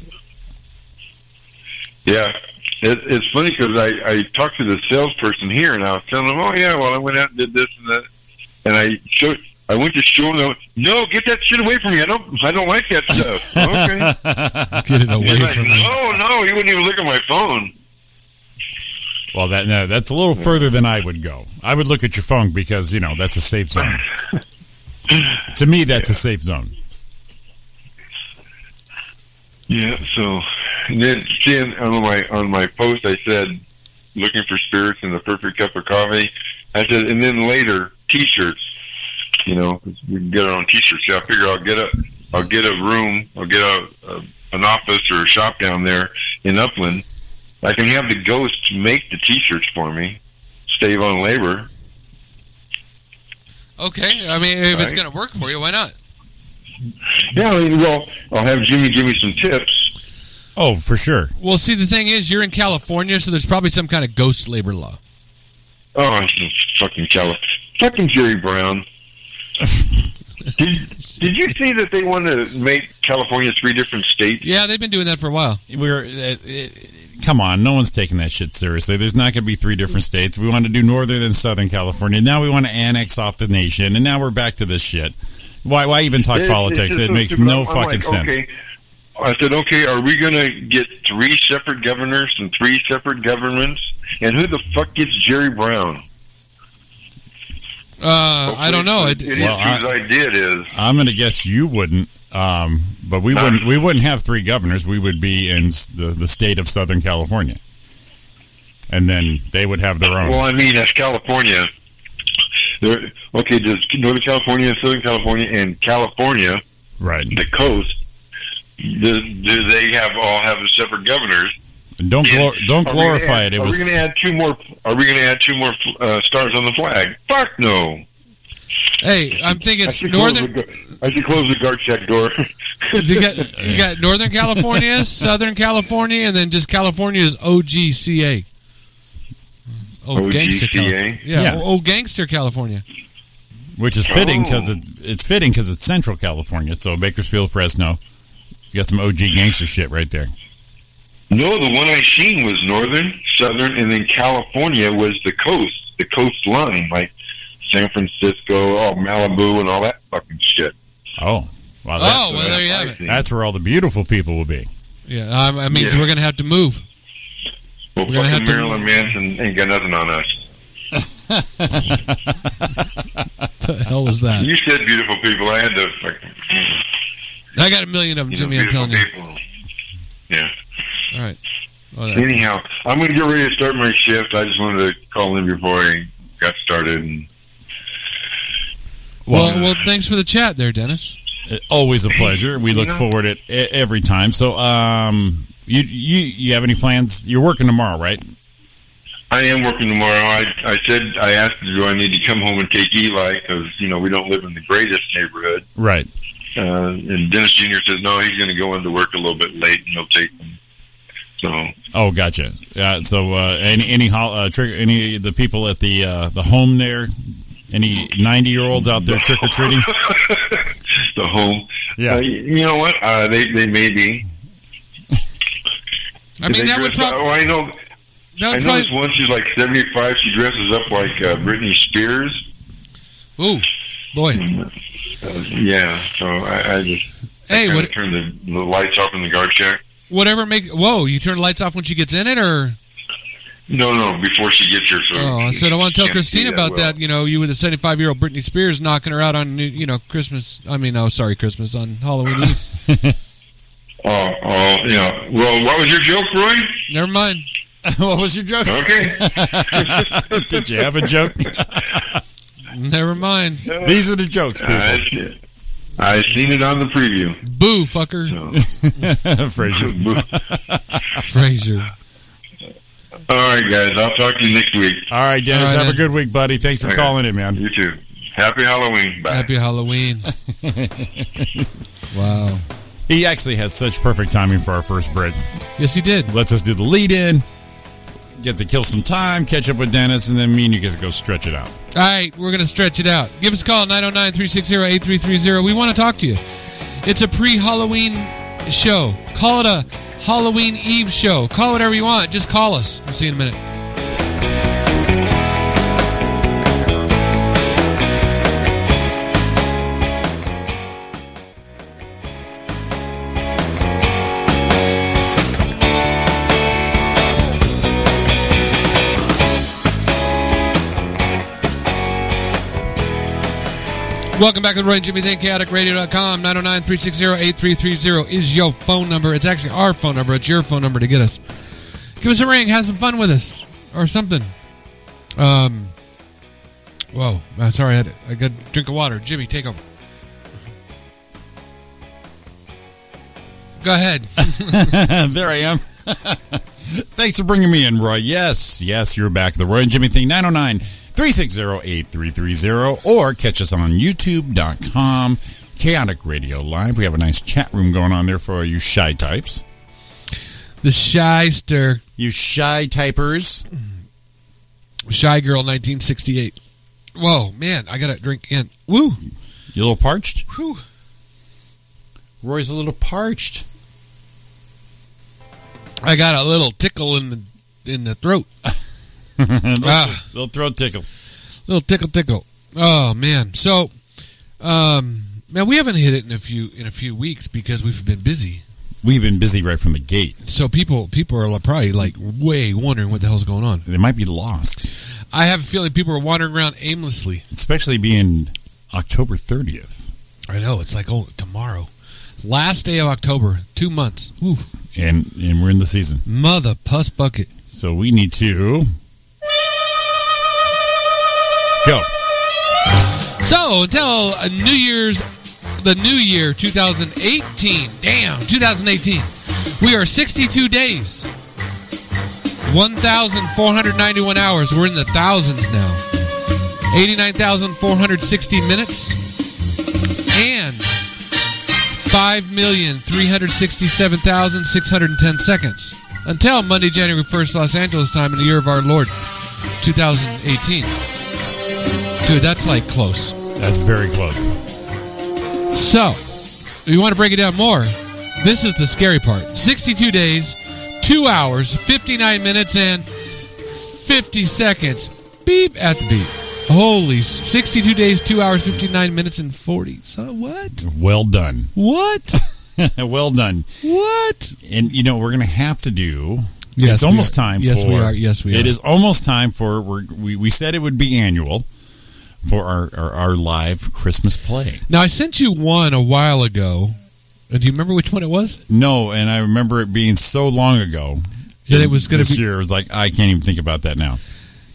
S6: Yeah. It, it's funny because I, I talked to the salesperson here and I was telling him, oh, yeah, well, I went out and did this and that. And I showed, I went to show him, no, get that shit away from me. I don't, I don't like that
S4: <laughs>
S6: stuff. okay.
S4: get it
S6: He's
S4: away
S6: like,
S4: from me!"
S6: no, no, he wouldn't even look at my phone.
S5: Well, that no, that's a little further than I would go. I would look at your phone because you know that's a safe
S6: <laughs>
S5: zone. to me, that's a safe zone.
S6: Yeah. So, and then seeing on my, on my post, I said, looking for spirits and the perfect cup of coffee. I said, and then later, t-shirts. You know, we can get our own t-shirts. So I figure I'll get a, I'll get a room, I'll get a, a an office or a shop down there in Upland. I can have the ghosts make the t-shirts for me, save on labor.
S4: Okay, I mean, if it's
S6: Right.
S4: gonna work for you, why not?
S6: Yeah, I mean, well, I'll have Jimmy give me some tips.
S5: Oh, for sure.
S4: Well, see, the thing is, you're in California, so there's probably some kind of ghost labor law.
S6: Oh, fucking Kelly, fucking Jerry Brown.
S5: <laughs>
S6: did, did you see that they want to make California three different states?
S4: Yeah, they've been doing that for a while.
S5: We're uh, uh, come on. No one's taking that shit seriously. There's not going to be three different states. We want to do northern and southern California. Now we want to annex off the nation, and now we're back to this shit. Why? Why even talk
S6: It- it's
S5: politics?
S6: just
S5: It
S6: so
S5: makes
S6: stupid.
S5: no
S6: I'm
S5: fucking
S6: like,
S5: sense.
S6: Okay. I said, okay, are we going to get three separate governors and three separate governments? And who the fuck gets Jerry Brown?
S4: Uh, I don't know.
S6: It,
S4: It,
S6: it
S5: Well,
S6: is whose idea it is.
S5: I'm going to guess you wouldn't. Um, but we
S6: Huh?
S5: wouldn't. We wouldn't have three governors. We would be in s- the, the state of Southern California, and then they would have their own.
S6: Well, I mean, that's California. There, okay, does Northern California, Southern California, and California,
S5: right.
S6: the coast, do, do they have all have separate governors?
S5: And Don't glor- don't
S6: Are we gonna
S5: glorify it.
S6: add-
S5: It
S6: are
S5: was
S6: we going to add two more? Are we going to add two more uh, stars on the flag? Fuck no.
S4: hey, I'm thinking
S6: I
S4: it's
S6: should, close the,
S4: northern.
S6: gar- I should close the guard check door. <laughs>
S4: You got, you got Northern California, Southern California, and then just California's OGCA. Oh, gangster
S6: OGCA?
S4: California. Yeah,
S5: Yeah.
S4: Oh, gangster California.
S5: which is fitting
S6: Oh.
S5: because it, it's fitting because it's Central California. So Bakersfield, Fresno, you got some OG gangster shit right there.
S6: no, the one I seen was northern, southern, and then California was the coast, the oh, coastline, like San Francisco, all Malibu, and all that fucking shit.
S5: Oh, Wow,
S4: Oh, well, there you have it.
S5: That's where all the beautiful people will be.
S4: Yeah, I, I mean,
S6: Yeah.
S4: we're going to have to move.
S6: Well,
S4: We're gonna have
S6: fucking
S4: to-
S6: Marilyn Manson ain't got nothing on us.
S4: The hell was that?
S6: <laughs> You said beautiful people. I had to fucking,
S4: I got a million of them,
S6: you know,
S4: Jimmy. I'm
S6: beautiful
S4: telling you.
S6: people. Yeah.
S4: All right. All right.
S6: Anyhow, I'm going to get ready to start my shift. I just wanted to call in before I got started. And
S4: Well, well, thanks for the chat there, Dennis.
S5: Uh, Always a pleasure. We look
S6: Yeah.
S5: forward to it e- every time. So, um, you, you you have any plans? You're working tomorrow, right?
S6: I am working tomorrow. I, I said I asked, do I need to come home and take Eli? Because you know we don't live in the greatest neighborhood.
S5: Right.
S6: Uh, and Dennis Jr. says no, he's going to go into work a little bit late, and he'll take him. So <laughs>
S5: Oh, gotcha. Uh, so, uh, any any hol- uh, trick? Any of the people at the uh, the home there? Any ninety year olds out there trick or treating?
S6: the home.
S5: Yeah.
S6: Uh, you know what? Uh, they they may be.
S4: I mean,
S6: they
S4: that would,
S6: dress-
S4: prob-
S6: oh, I know.
S4: that
S6: I
S4: would
S6: know this
S4: probably.
S6: one. She's like seventy five. She dresses up like uh, Britney Spears.
S4: Ooh, boy.
S6: Uh, yeah. So I, I just
S4: Hey,
S6: kinda
S4: what,
S6: turned the, the lights off in the guard shack.
S4: whatever make. Whoa, you turn the lights off when she gets in it, or
S6: No, no. Before she gets here. So
S4: oh, I said I want to tell
S6: Mm-hmm. Can't see
S4: Christine about
S6: well.
S4: that. You know, you were the seventy-five-year-old Britney Spears knocking her out on you know Christmas. I mean, oh, sorry, Christmas on Halloween Eve.
S6: <laughs> Oh, oh, yeah. Well, what was your joke, Roy?
S4: Never mind.
S5: <laughs> what was your joke? <laughs>
S6: Okay.
S4: <laughs>
S5: Did you have a joke?
S4: Never mind.
S5: These are the jokes,
S6: I, see- I seen it on the preview.
S4: Boo,
S6: <laughs>
S4: fucker,
S5: <laughs>
S6: So.
S5: people. Frazier.
S4: Fraser.
S6: All right, guys. I'll talk to you next week.
S5: All right, Dennis.
S4: All right,
S5: have a
S4: then.
S5: good week, buddy. Thanks for
S6: Okay.
S5: calling in, man.
S6: You too. Happy Halloween. Bye.
S4: Happy
S6: <laughs>
S4: Halloween. wow.
S5: He actually has such perfect timing for our first break.
S4: Yes, he did.
S5: Lets us do the lead in, get to kill some time, catch up with Dennis, and then me and you get to go stretch it out. <laughs>
S4: All right, we're going to stretch it out. Give us a call, 909 360 8330. We want to talk to you. It's a pre Halloween show. Call it a Halloween Eve show. Call it whatever you want. Just call us. We'll see you in a minute. Welcome back to the Roy and Jimmy Thing, chaoticradio.com. 909 360 8330 is your phone number. It's actually our phone number. It's your phone number to get us. Give us a ring. Have some fun with us or something. Um. Whoa. Uh, sorry, I, had, I got a drink of water. Jimmy, take over. Go ahead.
S5: there I am. <laughs> Thanks for bringing me in, Roy. Yes, yes, you're back. The Roy and Jimmy Thing, 909 360 8330, oh, or catch us on youtube.com, Chaotic Radio Live. We have a nice chat room going on there for you shy types.
S4: The shyster,
S5: You shy typers.
S4: shy girl, 1968. Whoa, man! I got to drink in. Woo.
S5: You a little parched?
S4: Whew.
S5: Roy's a little parched.
S4: I got a little tickle in the in the throat.
S5: little,
S4: Ah.
S5: little throat tickle.
S4: little tickle tickle. Oh man. So um man, we haven't hit it in a few in a few weeks because we've been busy.
S5: We've been busy right from the gate.
S4: So people people are probably like way wondering what the hell's going on.
S5: They might be lost,
S4: I have a feeling people are wandering around aimlessly.
S5: especially being October 30th.
S4: I know, it's like oh tomorrow. Last day of October, two months. Whew.
S5: And, and we're in the season.
S4: Mother puss bucket.
S5: So we need to go.
S4: So until uh, New Year's, the New Year 2018. Damn, 2018. We are 62 days, 1,491 hours. We're in the thousands now. 89,460 minutes, and 5,367,610 seconds. Until Monday, January 1st, Los Angeles time in the year of our Lord 2018. Dude, that's like close.
S5: That's very close.
S4: So, if you want to break it down more, this is the scary part. 62 days, 2 hours, 59 minutes, and 50 seconds. Beep at the beat. Holy, s- 62 days, 2 hours, 59 minutes, and 40. So what?
S5: Well done. <laughs>
S4: What?
S5: well done.
S4: what?
S5: And you know we're going to have to do.
S4: Yes,
S5: it's
S4: we
S5: almost
S4: are.
S5: time.
S4: Yes,
S5: for,
S4: we are. Yes, we
S5: It
S4: are.
S5: is almost time for we're, we. We said it would be annual for our our, our live Christmas play.
S4: Now, I sent you one a while ago. And do you remember which one it was?
S5: No, and I remember it being so long ago
S4: That it was going to
S5: this
S4: be.
S5: year. It was like I can't even think about that now.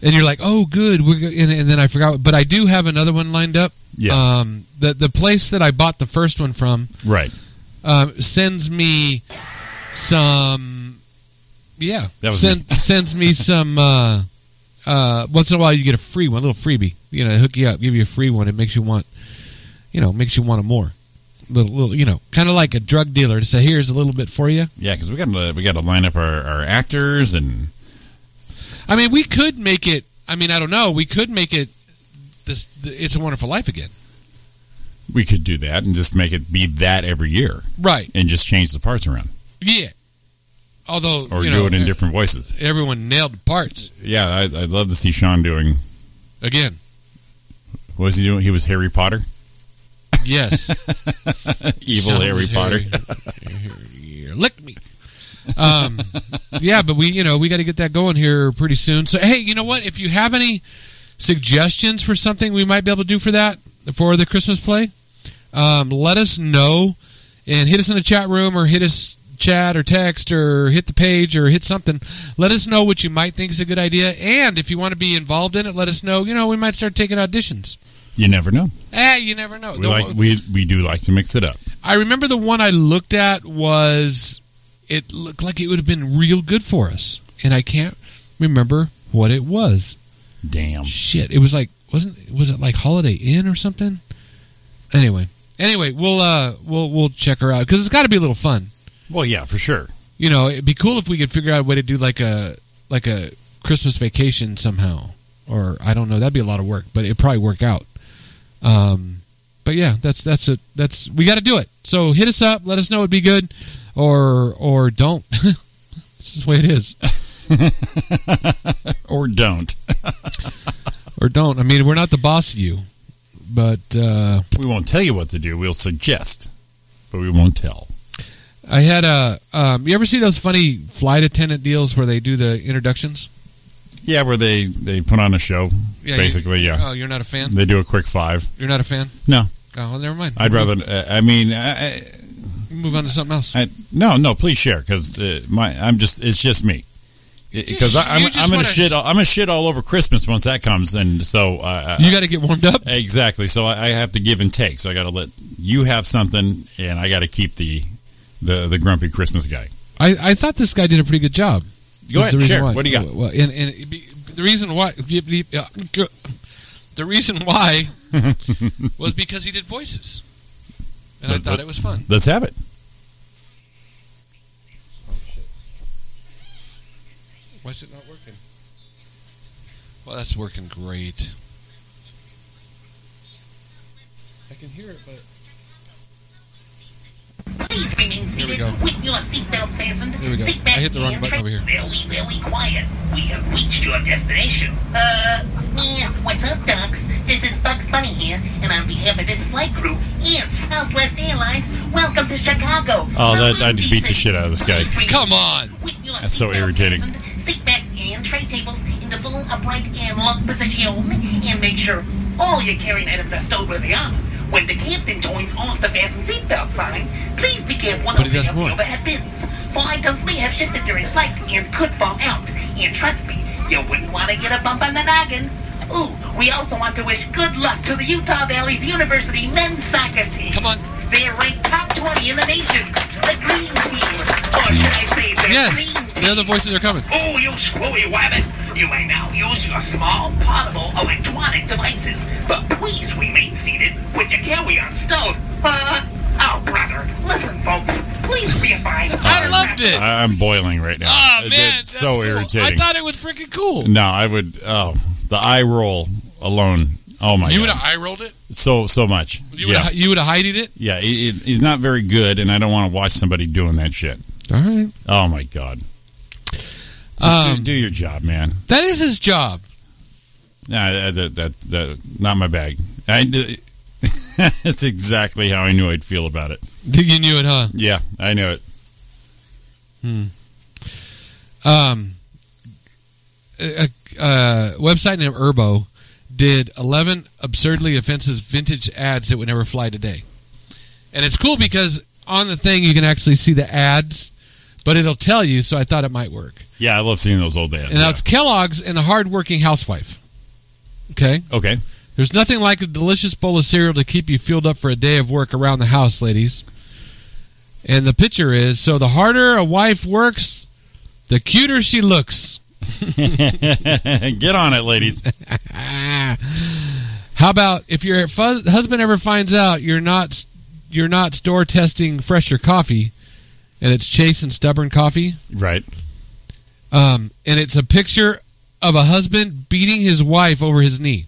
S4: And you're like, oh, good. We're go-" and, and then I forgot. But I do have another one lined up.
S5: Yeah,
S4: Um, the, the place that I bought the first one from
S5: right.
S4: um, sends me some. Yeah,
S5: That was
S4: Send,
S5: <laughs>
S4: sends me some. Uh, uh, once in a while, you get a free one, a little freebie. You know, hook you up, give you a free one. It makes you want, you know, makes you want it more. Little, little, you know, kind of like a drug dealer to say, "Here's a little bit for you."
S5: Yeah, because we got to we got to line up our, our actors and
S4: I mean, we could make it. I mean, I don't know. We could make it. This, it's a Wonderful Life again,
S5: we could do that and just make it be that every year
S4: right?
S5: and just change the parts around
S4: Yeah. Although,
S5: or
S4: you
S5: do
S4: know,
S5: it in different voices.
S4: Everyone nailed parts
S5: Yeah, I, I'd love to see Sean doing.
S4: again.
S5: What was he doing? He was Harry Potter, <laughs>
S4: Yes.
S5: evil
S4: Sounds
S5: Harry Potter.
S4: Harry- Lick me. Um, yeah, but we, you know, we got to get that going here pretty soon. So, hey, you know what? If you have any suggestions for something we might be able to do for that, for the Christmas play, um, let us know and hit us in the chat room or hit us chat or text or hit the page or hit something. Let us know what you might think is a good idea. And if you want to be involved in it, let us know. You know, we might start taking auditions.
S5: You never know.
S4: Eh, you never know.
S5: We
S4: The-
S5: like we we do like to mix it up.
S4: I remember the one I looked at was it looked like it would have been real good for us, and I can't remember what it was.
S5: Damn.
S4: Shit, it was like wasn't was it like Holiday Inn or something? Anyway, anyway, we'll uh we'll we'll check her out because it's got to be a little fun.
S5: Well, yeah, for sure.
S4: You know, it'd be cool if we could figure out a way to do like a like a Christmas vacation somehow, or I don't know. That'd be a lot of work, but it'd probably work out. Um, but yeah, that's that's it. That's we got to do it. So hit us up. Let us know it'd be good, or or don't. <laughs> this is the way it is,
S5: Or don't.
S4: or don't. I mean, we're not the boss of you, but uh,
S5: We won't tell you what to do. We'll suggest, but we won't tell.
S4: I had a. Um, you ever see those funny flight attendant deals where they do the introductions?
S5: Yeah, where they they put on a show.
S4: Yeah, you-
S5: basically, yeah.
S4: Oh, you're not a fan.
S5: They do a quick five.
S4: You're not a fan.
S5: No,
S4: Oh, well, never mind.
S5: I'd rather. Uh, I mean, I, I,
S4: move on to something else.
S5: I, no, no. Please share because uh, my I'm just it's just me because
S4: Just-
S5: I'm
S4: you just
S5: I'm gonna
S4: wanna-
S5: shit all- I'm gonna shit all over Christmas once that comes and so uh,
S4: You got to get warmed up.
S5: Exactly. So I, I have to give and take. So I got to let you have something, and I got to keep the the the grumpy Christmas guy.
S4: I, I thought this guy did a pretty good job.
S5: Go
S4: That's the
S5: ahead,
S4: reason
S5: share.
S4: why.
S5: What do you got?
S4: Well, and, and it be- the reason why, the reason
S5: <laughs>
S4: why, was because he did voices, and I
S5: But-
S4: thought
S5: but-
S4: it was fun.
S5: Let's have
S4: <laughs>
S5: it. Oh,
S4: Why is it not working? Well, that's working great. I can hear it, but
S7: Please remain
S4: Here we
S7: seated
S4: go.
S7: with your seatbelts fastened.
S4: Here we go.
S7: Seatbacks
S4: I hit the wrong
S7: and
S4: button over here.
S7: Very, very quiet. We have reached your destination. Uh, yeah, what's up, Ducks? This is Bugs Bunny here, and on behalf of this flight crew and Southwest Airlines, welcome to Chicago.
S5: Oh, that-
S7: Arrive
S5: I'd beat the
S7: decent.
S5: shit out of this guy.
S7: Please remain
S4: Come on.
S7: with your
S5: That's so
S7: seatbelts
S5: irritating.
S7: fastened, Seatbacks and tray tables in the full upright and locked position, and make sure all your carrying items are stowed where they are. When the captain joins off the fasten seatbelt sign, please be careful
S4: But
S7: of
S4: he
S7: the
S4: does more.
S7: overhead bins, for items may have shifted during flight and could fall out. And trust me, you wouldn't want to get a bump on the noggin. Ooh, we also want to wish good luck to the Utah Valley's University men's soccer team.
S4: Come on.
S7: They're ranked top 20 in the nation. The green team, or should I say the
S4: yes,
S7: green team.
S4: the other voices are coming.
S7: Oh, you screwy wabbit! You may now use your small, portable electronic devices, but please remain seated with your carry-on stowed. Uh, oh, brother, listen, folks. Please be advised.
S4: I loved it.
S5: I, I'm boiling right now.
S4: Ah
S5: It-
S4: man,
S5: it's
S4: that's
S5: so
S4: cool.
S5: irritating.
S4: I thought it was freaking cool.
S5: no, I would. Oh, the eye roll alone. Oh my
S4: you would
S5: god,
S4: have eye rolled it.
S5: so so much.
S4: You would
S5: yeah,
S4: have you would have hided it.
S5: yeah. He, he- he's not very good, and I don't want to watch somebody doing that shit.
S4: All right.
S5: Oh my god. Just do-
S4: Um,
S5: do, your job, man.
S4: That is his job.
S5: Nah, uh, that, that, that, not my bag. I, <laughs> that's exactly how I knew I'd feel about it.
S4: You knew it, huh?
S5: Yeah, I knew it.
S4: Um, a, a website named Erbo did 11 absurdly offensive vintage ads that would never fly today. And it's cool because on the thing you can actually see the ads, but it'll tell you, so I thought it might work.
S5: Yeah, I love seeing those old ads.
S4: And now
S5: yeah.
S4: it's Kellogg's and the hardworking housewife. Okay?
S5: Okay. <laughs>
S4: There's nothing like a delicious bowl of cereal to keep you fueled up for a day of work around the house, ladies. And the picture is so the harder a wife works, the cuter she looks.
S5: Get on it, ladies.
S4: Ah. How about if your fu- husband ever finds out you're not you're not store testing fresher coffee, and it's Chase and Stubborn Coffee,
S5: Right.
S4: um, and it's a picture of a husband beating his wife over his knee.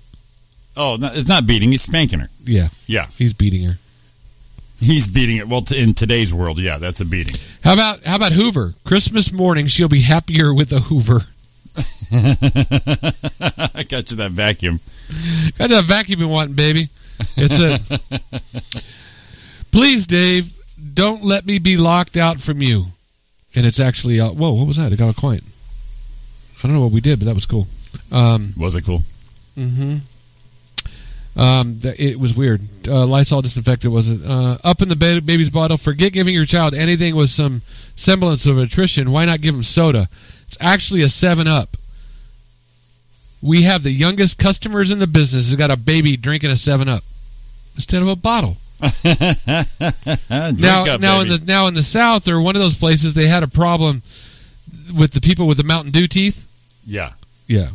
S5: Oh, no, it's not beating, it's spanking her.
S4: Yeah,
S5: Yeah.
S4: he's beating her.
S5: He's beating it. Well, t- in today's world, yeah, that's a
S4: <laughs>
S5: beating.
S4: How about how about Hoover? Christmas morning, she'll be happier with a Hoover.
S5: I got you that vacuum.
S4: Got that vacuum you been wanting, baby. It's a. Please, Dave, don't let me be locked out from you. And it's actually uh, whoa. What was that? It got a quiet. I don't know what we did, but that was cool. Um,
S5: Was
S4: <laughs>
S5: it cool?
S4: um, th- it was weird. Uh, Lysol disinfectant wasn't uh, up in the ba- baby's bottle. Forget giving your child anything with some semblance of nutrition. Why not give him soda? It's actually a Seven Up. We have the youngest customers in the business. Has got a baby drinking a Seven Up instead of a bottle.
S5: Drink
S4: now,
S5: up,
S4: now
S5: baby.
S4: in the now in the South or one of those places, they had a problem with the people with the Mountain Dew teeth.
S5: yeah. <laughs>
S4: Yeah.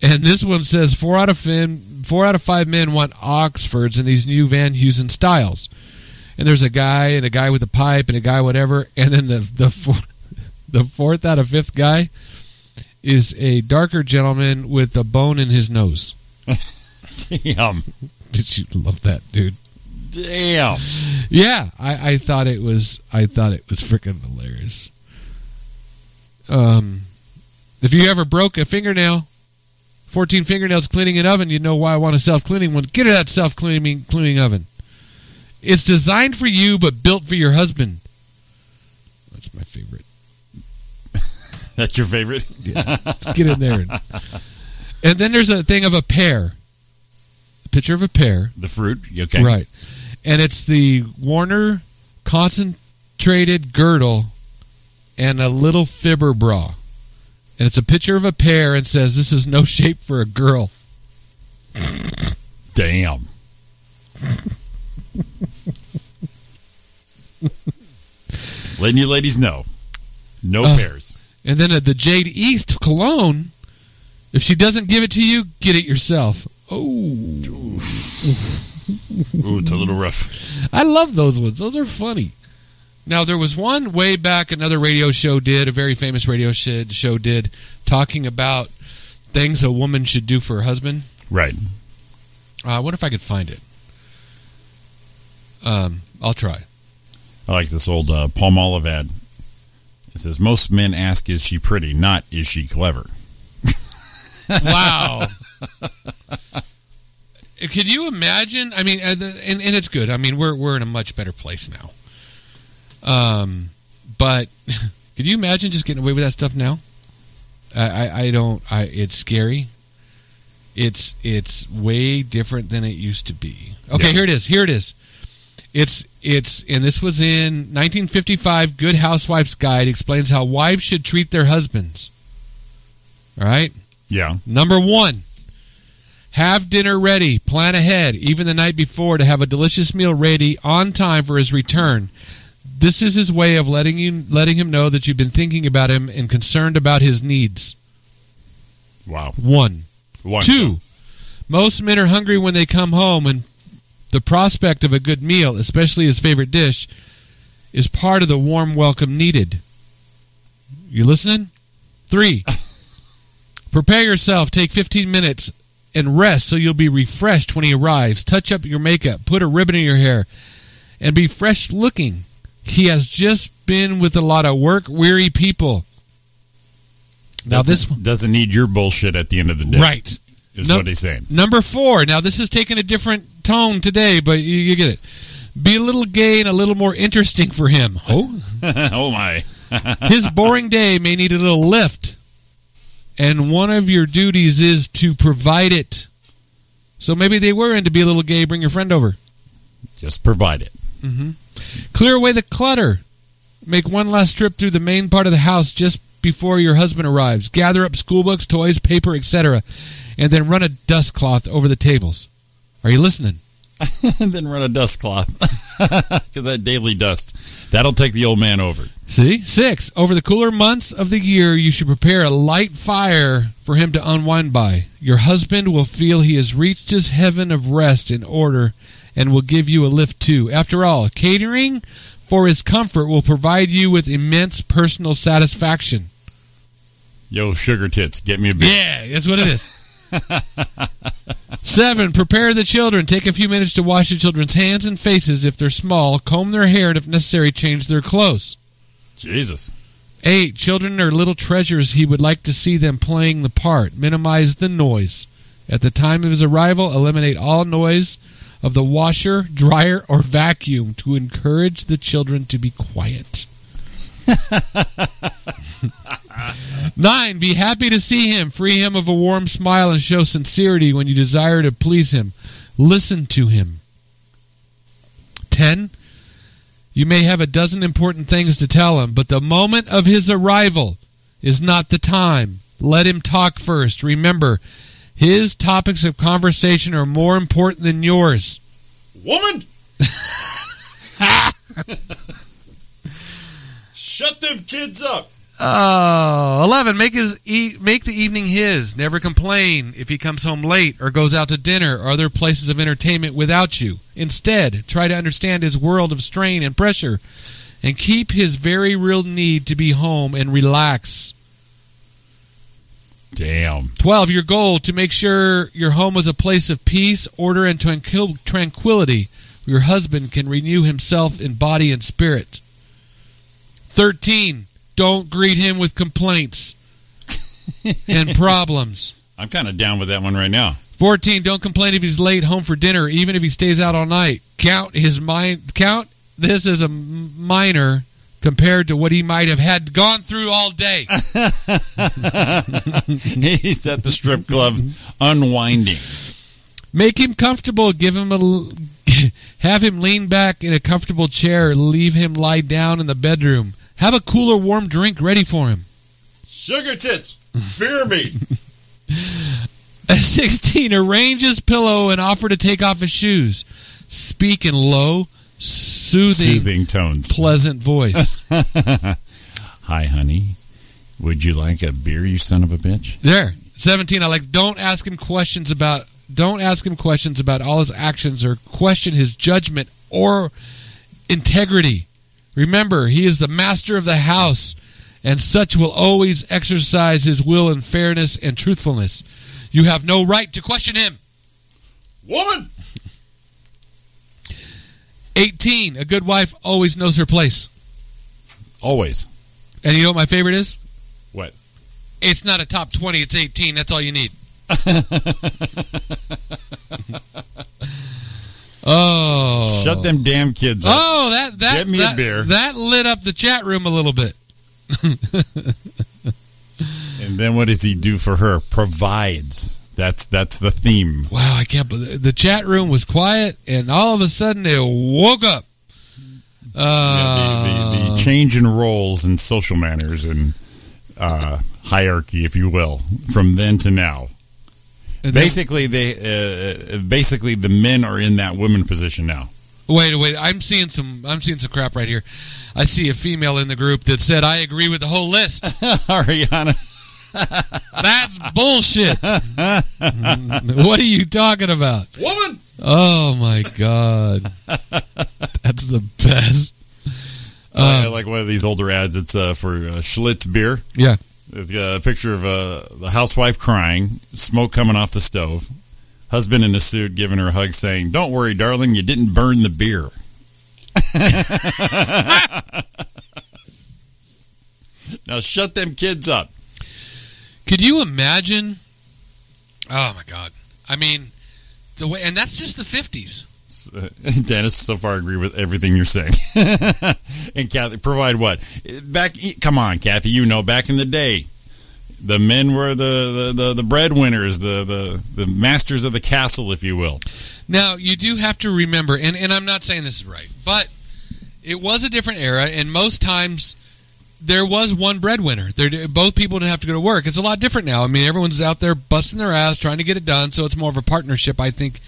S4: And this one says four out of fin, four out of five men want Oxfords in these new Van Heusen styles. And there's a guy and a guy with a pipe and a guy whatever, and then the the four, <laughs> the fourth out of fifth guy is a darker gentleman with a bone in his nose.
S5: Damn.
S4: Did you love that, dude?
S5: Damn.
S4: Yeah, I, I thought it was I thought it was freaking hilarious. Um, if you ever broke a fingernail, fourteen fingernails cleaning an oven, you know why I want a self cleaning one. Get her that self cleaning cleaning oven. It's designed for you, but built for your husband. That's my favorite.
S5: That's your favorite? <laughs>
S4: Let's get in there. And, and then there's a thing of a pear, a picture of a pear,
S5: The fruit? You okay?
S4: Right. And it's the Warner concentrated girdle and a little fibber bra. And it's a picture of a pear and says, This is no <laughs> shape for a girl. <laughs>
S5: Damn. Letting you ladies know. No
S4: Uh.
S5: pairs.
S4: And then at the Jade East cologne, if she doesn't give it to you, get it yourself. Oh,
S5: Ooh, it's a little rough.
S4: I love those ones. Those are funny. Now, there was one way back another radio show did, a very famous radio sh- show did, talking about things a woman should do for her husband.
S5: Right.
S4: Uh, I wonder if I could find it. Um, I'll try.
S5: I like this old uh, Palmolive ad. It says, Most men ask, is she pretty, not is she clever?
S4: Wow. Could you imagine? I mean, uh, the- and, and it's good. I mean, we're we're in a much better place now. Um, but <laughs> could you imagine just getting away with that stuff now? I, I, I don't. I it's scary. It's it's way different than it used to be. Okay,
S5: Yeah.
S4: here it is. Here it is. It's it's and this was in 1955. Good Housewife's Guide explains how wives should treat their husbands. All right.
S5: Yeah.
S4: Number one, have dinner ready. Plan ahead, even the night before, to have a delicious meal ready on time for his return. This is his way of letting you letting him know that you've been thinking about him and concerned about his needs.
S5: Wow.
S4: One.
S5: One.
S4: Two, most men are hungry when they come home, and the prospect of a good meal, especially his favorite dish, is part of the warm welcome needed. You listening? Three, prepare yourself, take 15 minutes and rest so you'll be refreshed when he arrives. Touch up your makeup, put a ribbon in your hair, and be fresh looking. He has just been with a lot of work weary people. Now this one.
S5: doesn't need your bullshit at the end of the day.
S4: Right.
S5: Is
S4: No.
S5: what he's saying. <laughs>
S4: Number four. Now, this is taking a different tone today, but you, you get it. Be a little gay and a little more interesting for him. Oh.
S5: oh my.
S4: His boring day may need a little lift, and one of your duties is to provide it. So maybe they were into be a little gay, bring your friend over.
S5: Just provide it.
S4: Clear away the clutter. Make one last trip through the main part of the house just before your husband arrives. Gather up school books, toys, paper, etc., and then run a dust cloth over the tables. Are you listening?
S5: <laughs> and then run a dust cloth. <laughs> Because that daily dust. That'll take the old man over.
S4: See? Six. Over the cooler months of the year, you should prepare a light fire for him to unwind by. Your husband will feel he has reached his heaven of rest and order and will give you a lift too. After all, catering for his comfort will provide you with immense personal satisfaction.
S5: Yo, sugar tits, get me a beer.
S4: Yeah, that's what it is. Seven, prepare the children. Take a few minutes to wash the children's hands and faces if they're small, comb their hair, and if necessary, change their clothes.
S5: Jesus.
S4: Eight, children are little treasures. He would like to see them playing the part. Minimize the noise. At the time of his arrival, eliminate all noise of the washer, dryer, or vacuum to encourage the children to be quiet. <laughs> Nine, be happy to see him. Free him of a warm smile and show sincerity when you desire to please him. Listen to him. Ten, you may have a dozen important things to tell him, but the moment of his arrival is not the time. Let him talk first. Remember, his topics of conversation are more important than yours.
S5: Woman! Shut them kids up.
S4: Oh, 11. Make, his e- make the evening his. Never complain if he comes home late or goes out to dinner or other places of entertainment without you. Instead, try to understand his world of strain and pressure and keep his very real need to be home and relax.
S5: Damn.
S4: 12 your goal to make sure your home is a place of peace order and tranquil- tranquility your husband can renew himself in body and spirit 13 don't greet him with complaints and problems
S5: I'm kind of down with that one right now.
S4: 14 don't complain if he's late home for dinner even if he stays out all night count his mind count this as a m- minor compared to what he might have had gone through all day
S5: <laughs> He's at the strip club unwinding.
S4: Make him comfortable. Give him a. l- <laughs> Have him lean back in a comfortable chair. Leave him lie down in the bedroom. Have a cooler, warm drink ready for him.
S5: Sugar tits,
S4: <laughs>
S5: fear me.
S4: 16. Arrange his pillow and offer to take off his shoes. Speak in low, soothing,
S5: Soothing tones.
S4: pleasant voice.
S5: Hi, honey. Would you like a beer, you son of a bitch?
S4: there. 17. I like, don't ask him questions about. Don't ask him questions about all his actions or question his judgment or integrity. Remember, he is the master of the house, and such will always exercise his will in fairness and truthfulness. You have no right to question him.
S5: Woman!
S4: 18. A good wife always knows her place.
S5: Always.
S4: And you know what my favorite is?
S5: What?
S4: It's not a top 20, it's 18. That's all you
S5: <laughs>
S4: need. oh.
S5: Shut them damn kids up.
S4: Oh, that that
S5: Get me a
S4: that-
S5: beer.
S4: that lit up the chat room a little bit.
S5: And then what does he do for her? Provides. That's that's the theme.
S4: Wow, I can't believe the chat room was quiet, and all of a sudden they woke up.
S5: Yeah,
S4: Uh,
S5: the, the, the change in roles and social manners and uh, hierarchy, if you will, from then to now.
S4: and then-
S5: Basically, they uh, basically the men are in that women position now. <laughs>
S4: wait, wait. I'm seeing some. I'm seeing some crap right here. I see a female in the group that said, "I agree with the whole list."
S5: Ariana,
S4: That's bullshit. what are you talking about?
S5: woman,
S4: Oh my god, that's the best.
S5: I like one of these older ads. It's uh, for uh, Schlitz beer.
S4: Yeah.
S5: It's got a picture of uh, the housewife crying, smoke coming off the stove, husband in a suit giving her a hug, saying, "Don't worry, darling, you didn't burn the beer." <laughs> now shut them kids up.
S4: Could you imagine? Oh my God! I mean, the way, and that's just the fifties.
S5: <laughs> Dennis, so far I agree with everything you're saying. <laughs> and Kathy, provide what? Back, e, come on, Kathy, you know, back in the day, the men were the the, the, the breadwinners, the, the the masters of the castle, if you will.
S4: Now you do have to remember, and, and I'm not saying this is right, but it was a different era, and most times there was one breadwinner. There, both people didn't have to go to work. It's a lot different now. I mean, everyone's out there busting their ass trying to get it done, so it's more of a partnership, I think,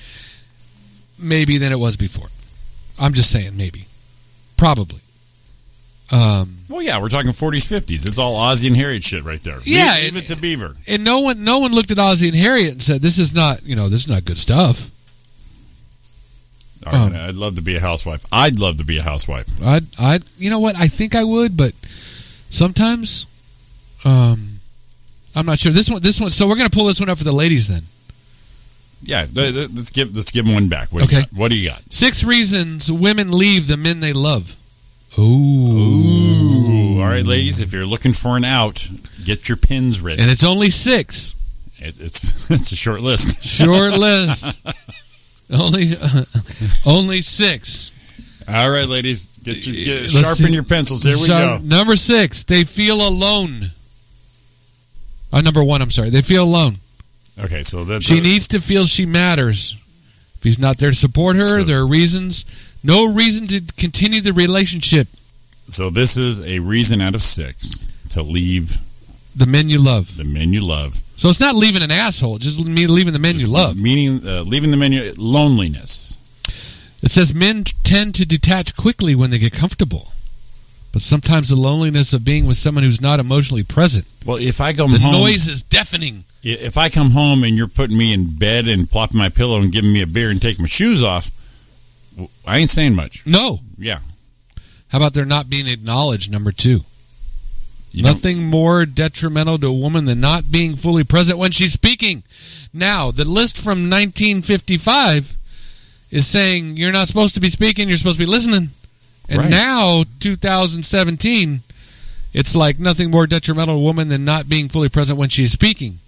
S4: maybe than it was before. I'm just saying, maybe, probably. Um,
S5: Well, yeah, we're talking 40s, 50s. It's all Ozzy and Harriet shit right there.
S4: Yeah,
S5: leave, leave
S4: it-
S5: it to Beaver.
S4: and no one, no one looked at Ozzy and Harriet and said, "This is not, you know, this is not good stuff."
S5: All right,
S4: Um,
S5: I'd love to be a housewife. I'd love to be a housewife.
S4: I, I, you know what? I think I would, but sometimes, um, I'm not sure. This one, this one. So we're gonna pull this one up for the ladies then.
S5: Yeah, th- th- let's give let's give him one back. What do you
S4: Okay.
S5: got? What do you got?
S4: Six reasons women leave the men they love. Ooh.
S5: Ooh, all right, ladies, if you're looking for an out, get your pins ready.
S4: And it's only six.
S5: It, it's <laughs> it's a short list.
S4: Short
S5: <laughs>
S4: list. Only, <laughs> only six.
S5: All right, ladies, get your get,
S4: Let's
S5: sharpen
S4: see.
S5: your pencils. Here we
S4: So,
S5: go.
S4: Number six, they feel alone. Uh, number one, I'm sorry. They feel alone.
S5: Okay, so that's
S4: She needs to feel she matters. If he's not there to support her,
S5: So-
S4: there are reasons. No reason to continue the relationship.
S5: so this is a reason out of six to leave
S4: The men you love.
S5: the men you love.
S4: So it's not leaving an asshole, just me leaving the men
S5: Just
S4: you love.
S5: meaning uh, leaving the men you loneliness.
S4: It says men t- tend to detach quickly when they get comfortable. But sometimes the loneliness of being with someone who's not emotionally present,
S5: Well, if I come
S4: the
S5: home,
S4: noise is deafening.
S5: i- if I come home and you're putting me in bed and plopping my pillow and giving me a beer and taking my shoes off, w- I ain't saying much.
S4: No.
S5: Yeah,
S4: How about they're not being acknowledged? Number two.
S5: you know,
S4: Nothing more detrimental to a woman than not being fully present when she's speaking. Now, the list from 1955 is saying you're not supposed to be speaking, you're supposed to be listening. And
S5: Right.
S4: now, 2017, it's like nothing more detrimental to a woman than not being fully present when she's speaking.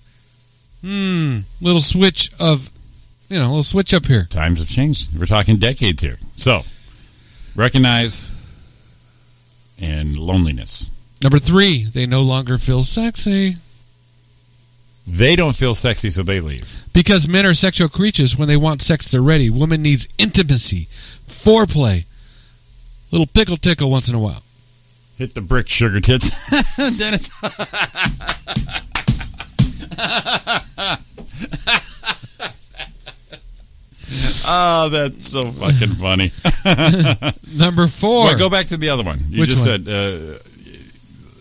S4: Hmm, little switch of, you know, little switch up here.
S5: times have changed. We're talking decades here. So recognize and loneliness.
S4: Number three, they no longer feel sexy.
S5: They don't feel sexy, so they leave.
S4: Because men are sexual creatures. When they want sex, they're ready. Woman needs intimacy, foreplay, little pickle tickle once in a while.
S5: Hit the brick, sugar tits, <laughs> Dennis. oh, that's so fucking funny.
S4: Number four.
S5: Well, go back to the other one. You
S4: Which
S5: just
S4: one?
S5: said uh,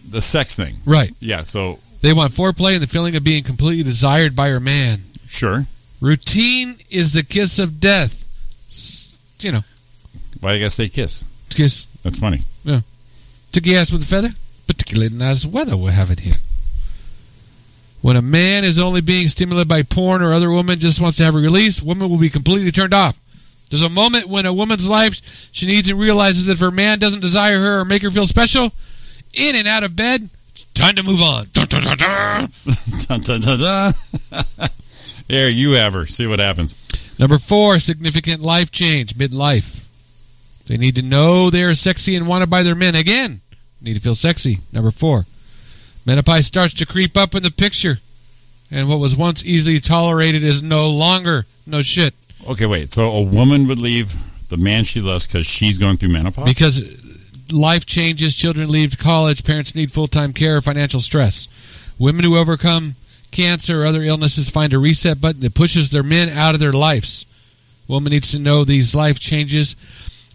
S5: the sex thing.
S4: Right.
S5: Yeah, so
S4: They want foreplay and the feeling of being completely desired by her man.
S5: sure.
S4: Routine is the kiss of death. S- You know,
S5: Why do you guys say kiss?
S4: kiss.
S5: That's funny. <laughs>
S4: Took your ass with a feather. Particularly nice weather we're having here. When a man is only being stimulated by porn or other woman just wants to have a release, woman will be completely turned off. There's a moment when a woman's life she needs and realizes that if her man doesn't desire her or make her feel special, in and out of bed, it's time to move on. Dun, dun, dun, dun.
S5: Dun, dun, dun, dun. <laughs> there, you have her. See what happens.
S4: Number four, significant life change, midlife. They need to know they are sexy and wanted by their men. Again, need to feel sexy. Number four, menopause starts to creep up in the picture, and what was once easily tolerated is no longer. No shit,
S5: Okay, wait. So a woman would leave the man she loves because she's going through menopause?
S4: because life changes. Children leave college. Parents need full time care. Financial stress. Women who overcome cancer or other illnesses find a reset button that pushes their men out of their lives. Woman needs to know these life changes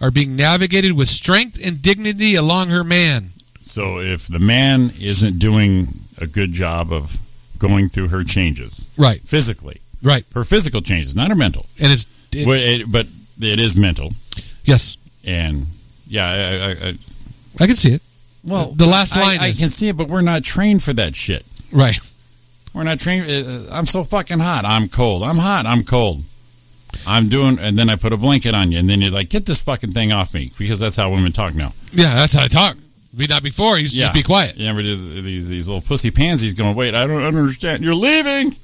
S4: are being navigated with strength and dignity along her man.
S5: So if the man isn't doing a good job of going through her changes
S4: Right,
S5: physically,
S4: right,
S5: her physical changes, not her mental,
S4: and it's it-
S5: but, it, but it is mental.
S4: yes,
S5: And yeah, I, I, I,
S4: I can see it.
S5: well,
S4: The last
S5: I-
S4: line
S5: I,
S4: is-
S5: can see it, but we're not trained for that shit.
S4: Right,
S5: We're not trained. uh, uh, I'm so fucking hot. I'm cold. I'm hot. I'm cold. I'm doing, and then I put a blanket on you, and then you're like, "Get this fucking thing off me," because that's how women talk now.
S4: yeah, that's how I talk. Be not before. He used to just be quiet.
S5: You never do these these little pussy pansies going, wait, I don't understand. You're leaving.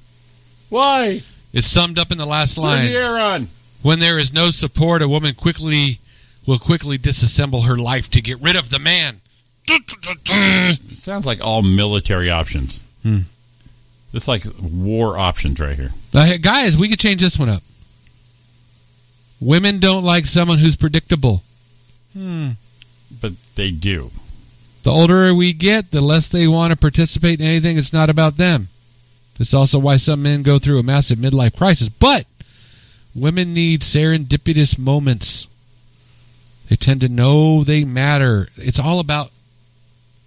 S5: Why?
S4: It's summed up in the last
S5: Turn the
S4: line.
S5: air on.
S4: When there is no support, a woman quickly will quickly disassemble her life to get rid of the man.
S5: It sounds like all military options.
S4: Hmm.
S5: It's like war options right here.
S4: Now, hey, guys, we could change this one up. Women don't like someone who's predictable. Hmm.
S5: But they do.
S4: The older we get, the less they want to participate in anything that's not about them. That's also why some men go through a massive midlife crisis. But women need serendipitous moments. They tend to know they matter. It's all about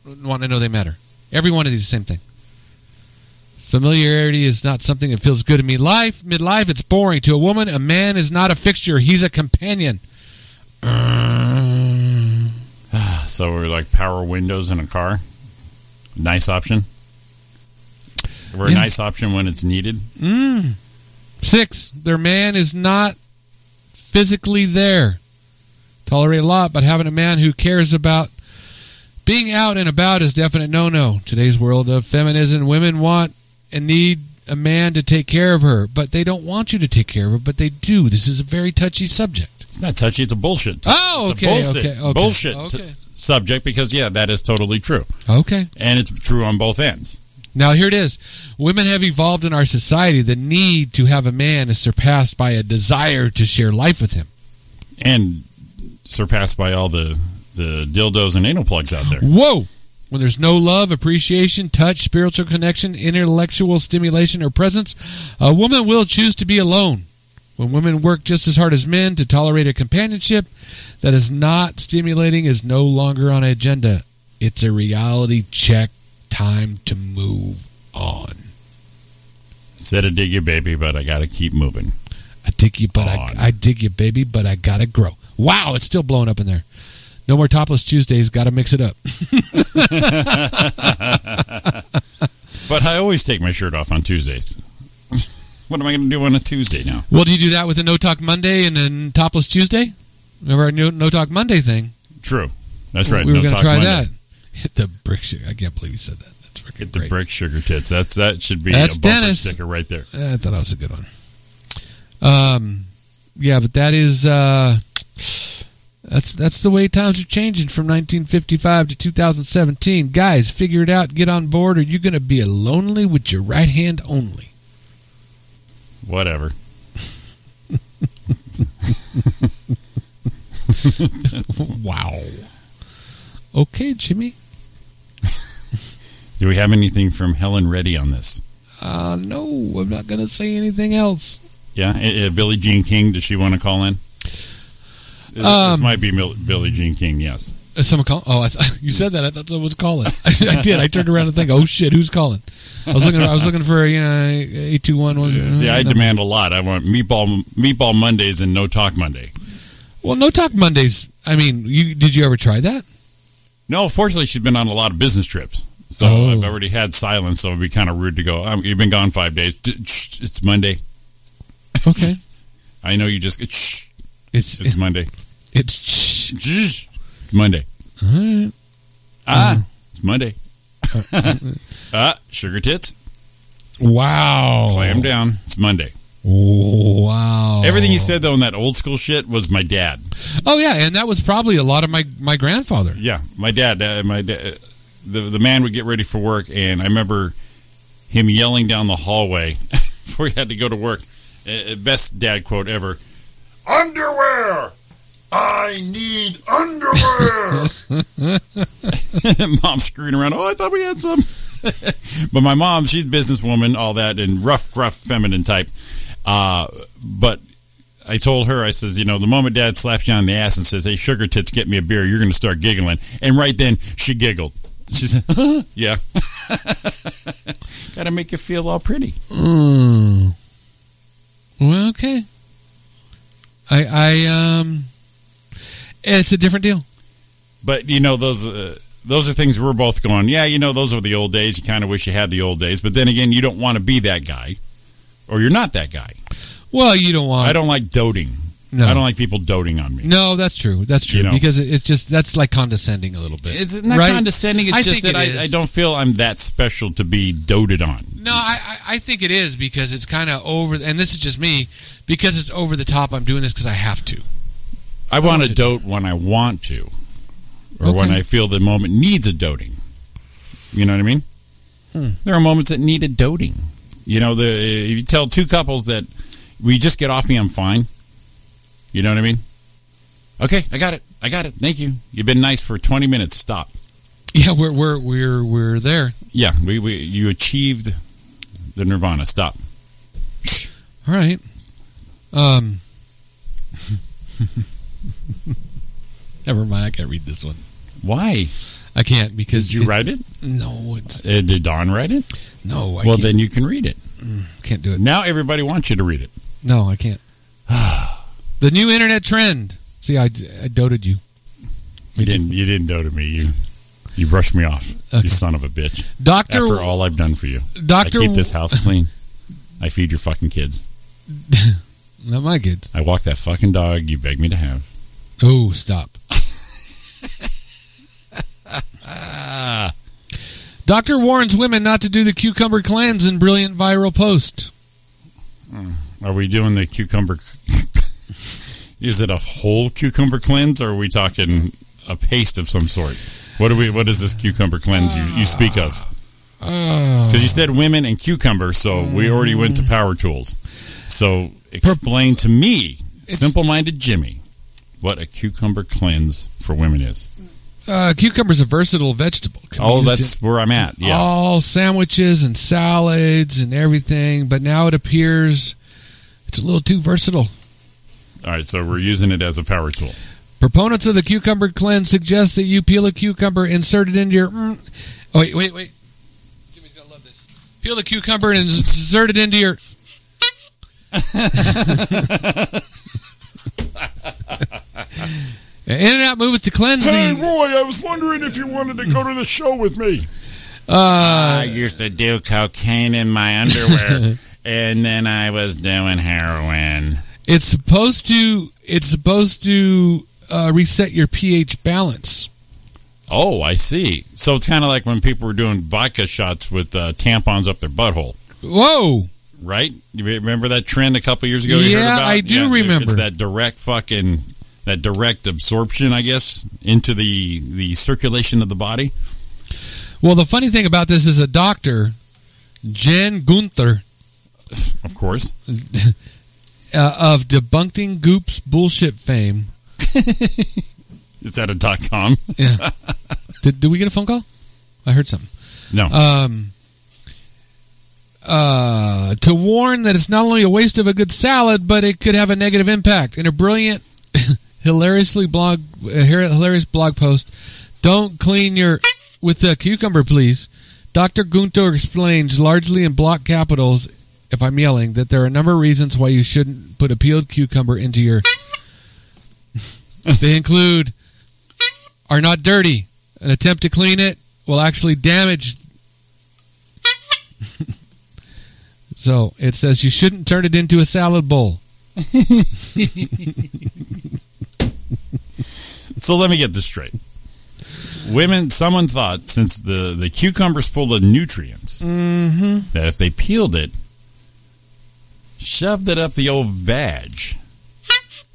S4: wanting to know they matter. Every one of these is the same thing. Familiarity is not something that feels good in midlife. Midlife, it's boring. To a woman, a man is not a fixture. He's a companion.
S5: So we're like power windows in a car. Nice option. We're a
S4: Yeah.
S5: nice option when it's needed.
S4: Mm. Six, their man is not physically there. Tolerate a lot, but having a man who cares about being out and about is definite no no. Today's world of feminism, women want and need a man to take care of her, but they don't want you to take care of her, but they do. This is a very touchy subject.
S5: It's not touchy. It's a bullshit.
S4: Oh,
S5: It's a
S4: okay,
S5: bullshit,
S4: okay, okay,
S5: bullshit
S4: okay.
S5: t- subject because yeah, that is totally true,
S4: Okay.
S5: and it's true on both ends.
S4: Now here it is. Women have evolved in our society. The need to have a man is surpassed by a desire to share life with him.
S5: and surpassed by all the the dildos and anal plugs out there.
S4: Whoa! When there's no love, appreciation, touch, spiritual connection, intellectual stimulation, or presence, a woman will choose to be alone. When women work just as hard as men to tolerate a companionship that is not stimulating is no longer on agenda. It's a reality check. Time to move on.
S5: Said I dig you, baby, but I gotta keep moving. <laughs>
S4: I dig you, but I,
S5: On.
S4: I dig you, baby, but I gotta grow. Wow, it's still blowing up in there. No more topless Tuesdays. Got to mix it up. <laughs>
S5: But I always take my shirt off on Tuesdays. what am I gonna do on a Tuesday now?
S4: Well, do you do that with a No Talk Monday and then Topless Tuesday? Remember our No, no Talk Monday thing?
S5: True, that's right.
S4: We were
S5: no
S4: going
S5: talk
S4: to try
S5: Monday.
S4: that. Hit the brick sugar. I can't believe you said that. That's freaking
S5: Get the
S4: great.
S5: brick sugar tits. That's that should be
S4: That's
S5: a bumper
S4: Dennis.
S5: sticker right there.
S4: I thought that was a good one. Um, yeah, but that is uh, that's that's the way times are changing from 1955 to 2017. Guys, figure it out. Get on board, or you're going to be a lonely with your right hand only.
S5: Whatever.
S4: wow. Okay, Jimmy.
S5: Do we have anything from Helen Reddy on this?
S4: Uh, no, I'm not going to say anything else.
S5: Yeah, uh, uh, Billie Jean King. Does she want to call in? This- this
S4: Um,
S5: might be Mil- Billie Jean King. Yes.
S4: Uh, Someone call? Oh, I th- <laughs> you said that. I thought someone was calling. <laughs> I, did. I turned around and think, oh shit, who's calling? I was looking. I was looking for you know eight two one uh, one.
S5: See, I demand a lot. I want meatball meatball Mondays and no talk Monday.
S4: Well, no talk Mondays. I mean, you did you ever try
S5: <laughs>
S4: that?
S5: No, fortunately, she's been on a lot of business trips, so
S4: Oh.
S5: I've already had silence. So it'd be kind of rude to go. Um, you've been gone five days. D- shh, It's Monday.
S4: Okay,
S5: I know you just. shh,
S4: it's
S5: It's
S4: it's,
S5: Monday.
S4: it's
S5: Shh, It's Monday.
S4: all right.
S5: Ah, it's Monday. <laughs> ah, sugar tits.
S4: wow.
S5: Clam down. It's Monday.
S4: Wow.
S5: Everything he said though in that old school shit was my dad.
S4: Oh yeah, and that was probably a lot of my my grandfather.
S5: Yeah, my dad. Uh, my da- the the man would get ready for work, and I remember him yelling down the hallway <laughs> before he had to go to work. Uh, uh, best dad quote ever: "Underwear." I need <laughs> underwear. Mom's screwing around. Oh, I thought we had some. <laughs> but my mom, she's a businesswoman, all that, and rough, gruff, feminine type. Uh, but I told her, I says, you know, the moment dad slaps you on the ass and says, hey, sugar tits, get me a beer, you're going to start giggling. And right then, she giggled. She said, yeah. <laughs> Got to make you feel all pretty.
S4: Mm. Well, okay. I I um, it's a different deal.
S5: But, you know, those. Uh, those are things we're both going, yeah, you know, those were the old days. You kind of wish you had the old days. But then again, you don't want to be that guy or you're not that guy.
S4: Well, you don't want.
S5: I don't like doting.
S4: No.
S5: I don't like people doting on me.
S4: No, that's true. That's true.
S5: You know.
S4: Because it- it's just that's like condescending a little bit.
S5: It's not
S4: Right?
S5: condescending. It's
S4: I
S5: just
S4: think
S5: that
S4: it
S5: I, I
S4: is.
S5: don't feel I'm that special to be doted on.
S4: No, I, I- I think it is because it's kind of over, and this is just me because it's over the top. I'm doing this because I have to.
S5: I want to dote when I want to, or when
S4: Okay.
S5: I feel the moment needs a doting. You know what I mean? There are moments that need a doting. You know, the if you tell two couples that we just get off me, I'm fine. You know what I mean? Okay, I got it. I got it. Thank you. You've been nice for 20 minutes. Stop.
S4: <laughs> Yeah, we're we're we're we're there.
S5: Yeah, we, we you achieved the nirvana. Stop.
S4: All right. Um. <laughs> Never mind. I can't read this one.
S5: Why?
S4: I can't because
S5: Did you
S4: it-
S5: write it?
S4: No, it's
S5: Uh, did Don write it?
S4: no. I
S5: well,
S4: can't,
S5: then you can read it.
S4: can't do it.
S5: Now everybody wants you to read it.
S4: No, I can't. <sighs> the new internet trend. See, I, I doted you.
S5: You didn't. You didn't dote at me. You you brushed me off.
S4: Okay.
S5: You son of a bitch.
S4: Doctor
S5: After all I've done for you,
S4: Doctor
S5: I keep this house clean. I feed your fucking kids.
S4: Not my kids.
S5: I walk that fucking dog you beg me to have.
S4: Oh,
S5: <laughs>
S4: stop. Doctor warns women not to do the cucumber cleanse in brilliant viral post.
S5: Are we doing the cucumber? <laughs> is it a whole cucumber cleanse, or are we talking a paste of some sort? What are we? What is this cucumber cleanse you, you speak of? Because you said women and cucumber, so we already went to power tools. So explain to me, simple-minded Jimmy, what a cucumber cleanse for women is.
S4: Uh, cucumber's a versatile vegetable. Can be
S5: Oh,
S4: used
S5: that's where I'm at.
S4: in
S5: Yeah.
S4: All sandwiches and salads and everything, but now it appears it's a little too versatile.
S5: All right. So we're using it as a power tool.
S4: Proponents of the cucumber cleanse suggest that you peel a cucumber, insert it into your. Mm, oh, wait, wait, wait. Jimmy's going to love this. Peel the cucumber and insert it into your. <laughs> In and out movements to cleanse the.
S5: Roy, I was wondering if you wanted to go to the show with me. I used to do cocaine in my underwear, and then I was doing heroin.
S4: It's supposed to. It's supposed to uh, reset your pH balance.
S5: Oh, I see. So it's kind of like when people were doing vodka shots with uh, tampons up their butthole,
S4: Whoa!
S5: right? You remember that trend a couple years ago? You heard
S4: Yeah,
S5: about?
S4: I do
S5: it-
S4: remember.
S5: It's that direct fucking, that direct absorption, I guess, into the the circulation of the body. <laughs>
S4: Well, the funny thing about this is a doctor, Jen Gunther,
S5: Of course,
S4: uh, of debunking Goop's bullshit fame.
S5: is that a dot com? <laughs>
S4: Yeah. did, did we get a phone call? I heard something.
S5: No.
S4: Um, uh, to warn that it's not only a waste of a good salad, but it could have a negative impact. In a brilliant, <laughs> hilariously blog, uh, hilarious blog post, don't clean your with the cucumber, please. Dr. Gunter explains, largely in block capitals, if I'm yelling, that there are a number of reasons why you shouldn't put a peeled cucumber into your. they include are not dirty. An attempt to clean it will actually damage. so it says you shouldn't turn it into a salad bowl.
S5: So let me get this straight. Women, someone thought since the the cucumber's full of nutrients that if they peeled it, shoved it up the old vag,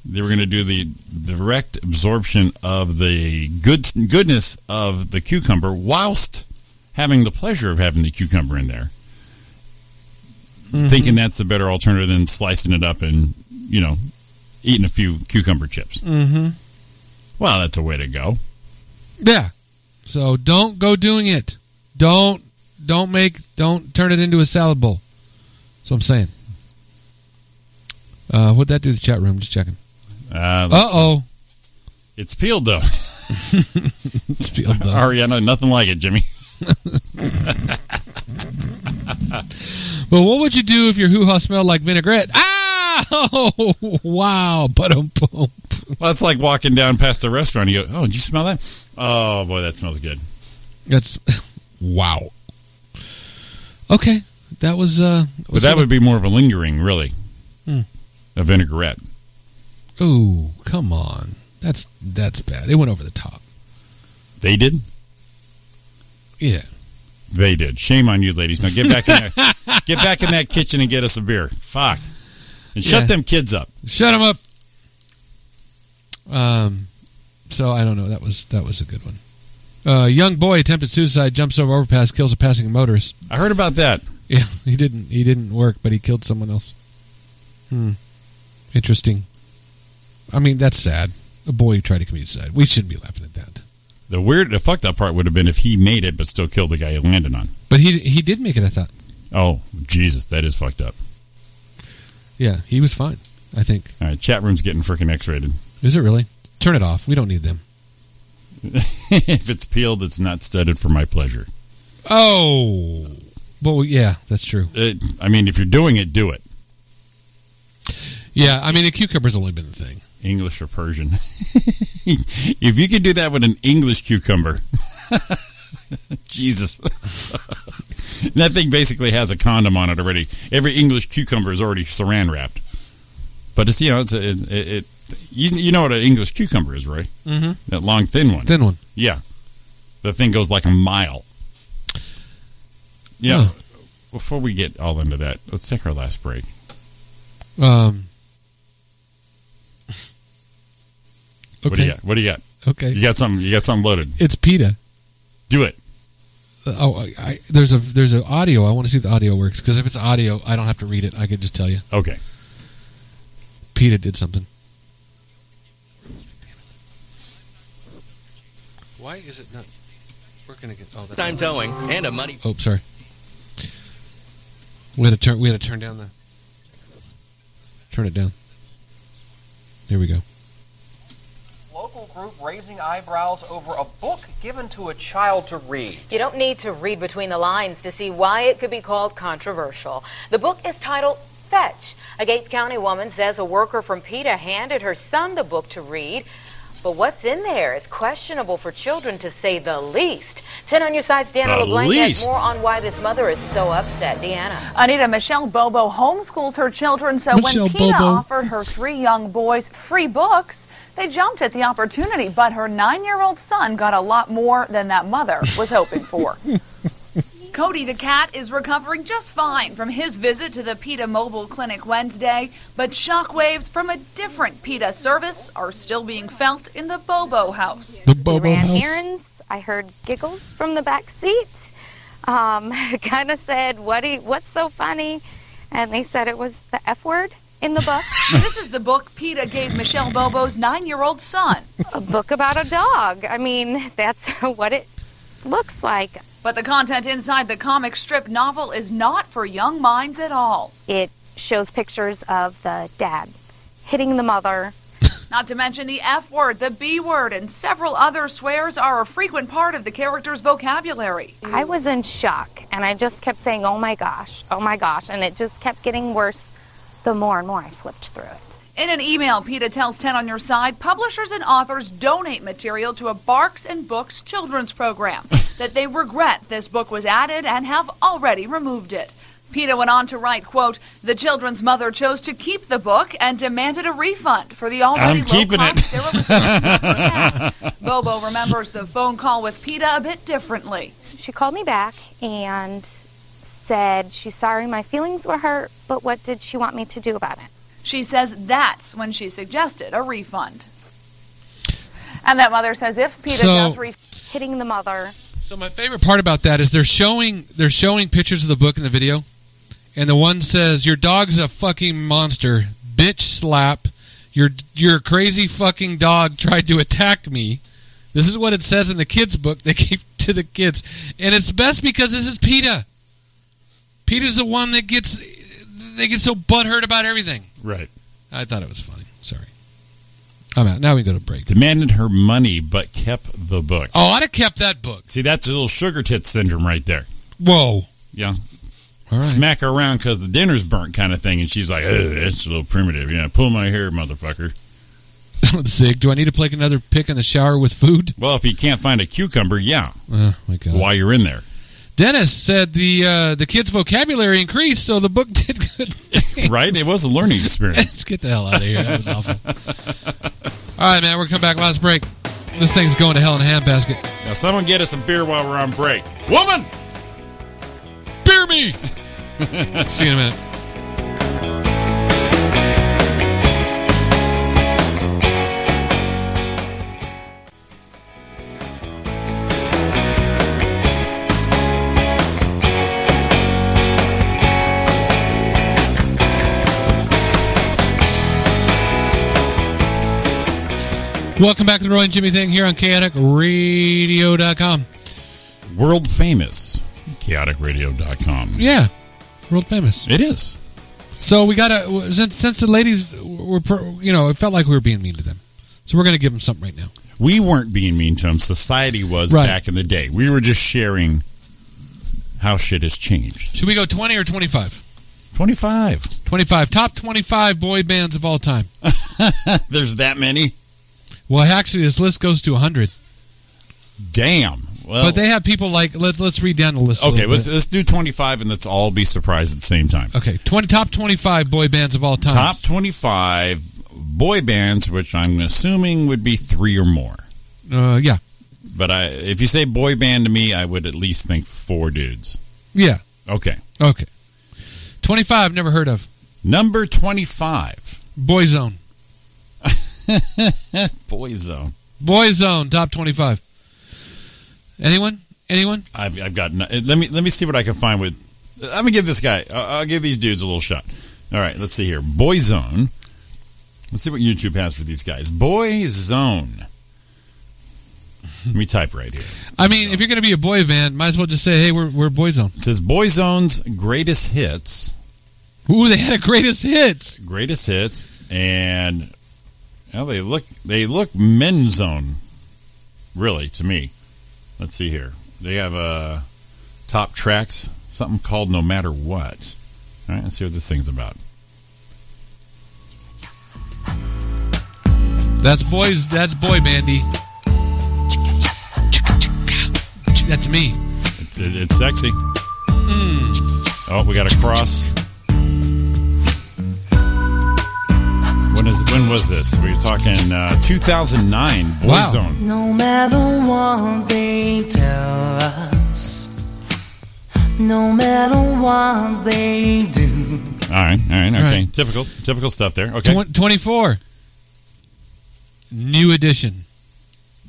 S5: they were going to do the direct absorption of the good goodness of the cucumber whilst having the pleasure of having the cucumber in there. Thinking that's the better alternative than slicing it up and you know eating a few cucumber chips. Well, that's a way to go.
S4: Yeah. So don't go doing it. Don't don't make don't turn it into a salad bowl. That's what I'm saying. Uh, what'd that do to the chat room? Just checking.
S5: Uh,
S4: Uh <laughs> oh.
S5: It's peeled though. <laughs>
S4: It's peeled though.
S5: Ariana, nothing like it, Jimmy. <laughs>
S4: But what would you do if your hoo ha smelled like vinaigrette? Ah! <laughs> Oh, wow. But um, boom.
S5: Well, it's like walking down past a restaurant. You go, oh, did you smell that? Oh boy, that smells good.
S4: That's <laughs> wow. Okay, that was. Hmm. uh
S5: But that would be more of a lingering, really. A vinaigrette.
S4: Oh, come on. That's that's bad. It went over the top.
S5: They did.
S4: Yeah.
S5: They did. Shame on you, ladies. Now get back in that,
S4: <laughs>
S5: get back in that kitchen and get us a beer. Fuck. And shut
S4: Yeah.
S5: them kids up.
S4: Shut him up. Um, so I don't know. That was that was a good one. Uh, young boy attempted suicide, jumps over overpass, kills a passing motorist. <laughs>
S5: I heard about that.
S4: Yeah, he didn't he didn't work, but he killed someone else. Hmm. Interesting. I mean, that's sad. A boy who tried to commit suicide. We shouldn't be laughing at that.
S5: The weird, the fucked up part would have been if he made it but still killed the guy he landed on.
S4: But he he did make it. I thought.
S5: Oh Jesus, that is fucked up.
S4: Yeah, he was fine. I think.
S5: All right, chat room's getting freaking X-rated. <laughs>
S4: Is it really? Turn it off. We don't need them.
S5: if it's peeled, it's not studded for my pleasure.
S4: Oh. Well, yeah, that's true.
S5: It, Uh, I mean, if you're doing it, do it.
S4: Yeah, I mean, a cucumber's only been a thing.
S5: English or Persian. <laughs> if you could do that with an English cucumber, <laughs> Jesus. <laughs> And that thing basically has a condom on it already. Every English cucumber is already saran wrapped. But it's you know it's a, it, it, it you, you know what an English cucumber is, right?
S4: Mm-hmm.
S5: That long thin one.
S4: Thin one.
S5: Yeah, the thing goes like a mile. Yeah.
S4: Huh.
S5: Before we get all into that, let's take our last break.
S4: Um. Okay.
S5: What do you got? What do you got?
S4: Okay.
S5: You got something? You got something loaded?
S4: It's PETA.
S5: Do it.
S4: Uh, Oh, I, I, there's a there's an audio. I want to see if the audio works because if it's audio, I don't have to read it. I could just tell you.
S5: Okay.
S4: PETA did something. Why is it not working again? Oh, that's
S8: Time towing and a money.
S4: Oh, sorry. We had to turn. We had to turn down the. Turn it down. Here we go.
S9: Local group raising eyebrows over a book given to a child to read.
S10: You don't need to read between the lines to see why it could be called controversial. The book is titled Fetch. A Gates County woman says a worker from PETA handed her son the book to read, but what's in there is questionable for children to say the least. 10 on your side's Deanna
S5: The
S10: LeBlanc has
S5: least.
S10: more on why this mother is so upset. Deanna.
S11: Anita Michelle Bobo homeschools her children, so
S4: Michelle
S11: when PETA
S4: Bobo.
S11: offered her three young boys free books, they jumped at the opportunity, but her nine year old son got a lot more than that mother was hoping for. Cody the cat is recovering just fine from his visit to the PETA mobile clinic Wednesday, but shockwaves from a different PETA service are still being felt in the Bobo house.
S4: The Bobo
S12: ran
S4: House.
S12: errands. I heard giggles from the back seat.
S10: <laughs>
S12: Um, kind of said, "What? Do you, what's so funny?" And they said it was the F word in the book,
S11: This is the book PETA gave Michelle Bobo's nine year old son.
S12: a book about a dog. I mean, that's <laughs> what it looks like.
S11: But the content inside the comic strip novel is not for young minds at all.
S12: It shows pictures of the dad hitting the mother.
S11: Not to mention the F word, the B word, and several other swears are a frequent part of the character's vocabulary.
S12: I was in shock, and I just kept saying, "Oh my gosh, oh my gosh," and it just kept getting worse. The more and more I flipped through it.
S11: In an email, PETA tells 10 on your side, publishers and authors donate material to a Barks and Books
S5: <laughs>
S11: children's program that they regret this book was added and have already removed it. PETA went on to write, quote, the children's mother chose to keep the book and demanded a refund for the already
S5: I'm keeping
S11: low
S5: it.
S11: cost bill of
S5: <laughs>
S11: responsibility. Bobo remembers the phone call with PETA a bit differently.
S12: She called me back and said she's sorry my feelings were hurt, but what did she want me to do about it?
S11: She says that's when she suggested a refund. And that mother says if PETA
S4: So-
S11: does refund,
S12: Hitting the mother.
S4: So my favorite part about that is they're showing they're showing pictures of the book in the video, and the one says your dog's a fucking monster, bitch slap, your your crazy fucking dog tried to attack me. This is what it says in the kids' book they <laughs> gave to the kids, and it's best because this is Peta. Peta's the one that gets they get so butthurt about everything.
S5: Right.
S4: I thought it was funny. Sorry, I'm out. Now we go to break.
S5: Demanded her money, but kept the book.
S4: Oh, I'd have kept that book.
S5: See, that's a little sugar tit syndrome right there.
S4: Whoa.
S5: Yeah.
S4: All <laughs> right.
S5: Smack her around because the dinner's burnt kind of thing. And she's like, "Ugh, that's a little primitive. Yeah, pull my hair, motherfucker.
S4: Zig, do I need to play another pick in the shower with food?
S5: Well, if you can't find a cucumber, yeah,
S4: Oh my god!
S5: while you're in there.
S4: Dennis said the uh, the kids' vocabulary increased, so the book <laughs> did good.
S5: right? It was a learning experience.
S4: Let's get the hell out of here. That was awful. All right, man, we're coming back. Last break. This thing's going to hell in a handbasket.
S5: Now, someone get us a beer while we're on break. Woman!
S4: Beer me! See you in a minute. Welcome back to the Roy and Jimmy Thing here on chaoticradio.com.
S5: World famous. ChaoticRadio.com.
S4: Yeah, world famous.
S5: It is.
S4: So we gotta since since the ladies were per- you know it felt like we were being mean to them, so we're gonna give them something right now.
S5: We weren't being mean to them. Society was
S4: Right.
S5: back in the day. We were just sharing how shit has changed.
S4: Should we go twenty or twenty five?
S5: 25.
S4: Twenty five top twenty five boy bands of all time.
S5: <laughs> There's that many?
S4: Well, actually, this list goes to hundred,
S5: Damn. Well,
S4: but they have people like let let's read down the list. a
S5: Oh. okay,
S4: little
S5: let's,
S4: bit.
S5: let's do 25 and let's all be surprised at the same time.
S4: okay twenty top twenty five boy bands of all time.
S5: Top 25 boy bands, which I'm assuming would be three or more.
S4: uh, yeah,
S5: But I, if you say boy band to me, I would at least think four dudes.
S4: yeah,
S5: Okay.
S4: okay. Twenty five, never heard of
S5: Number 25,
S4: Boyzone.
S5: Boyzone.
S4: Boyzone top twenty five. Anyone? Anyone?
S5: I've, I've got. No, let me let me see what I can find with. I'm gonna give this guy. I'll, I'll give these dudes a little shot. All right, let's see here. Boyzone. Let's see what YouTube has for these guys. Boyzone. Let me type right here.
S4: I mean, if you're going to be a boy band, might as well just say, "Hey, we're we're Boyzone."
S5: It says Boyzone's greatest hits,
S4: Ooh, they had a greatest hits.
S5: greatest hits, and well, they look they look men's zone, really to me. Let's see here. They have uh, top tracks, something called No Matter What. All right, let's see what this thing's about.
S4: That's boys. That's boy bandy. That's me.
S5: It's, it's it's sexy.
S4: Hmm.
S5: Oh, we got a cross. When is when was this? We were talking uh, 2009 Boyzone.
S4: Wow.
S3: No matter what they tell us, no matter what they do.
S5: All right, all right, okay.
S4: right.
S5: Typical, typical stuff there. Okay.
S4: Twen- Twenty-four. New edition.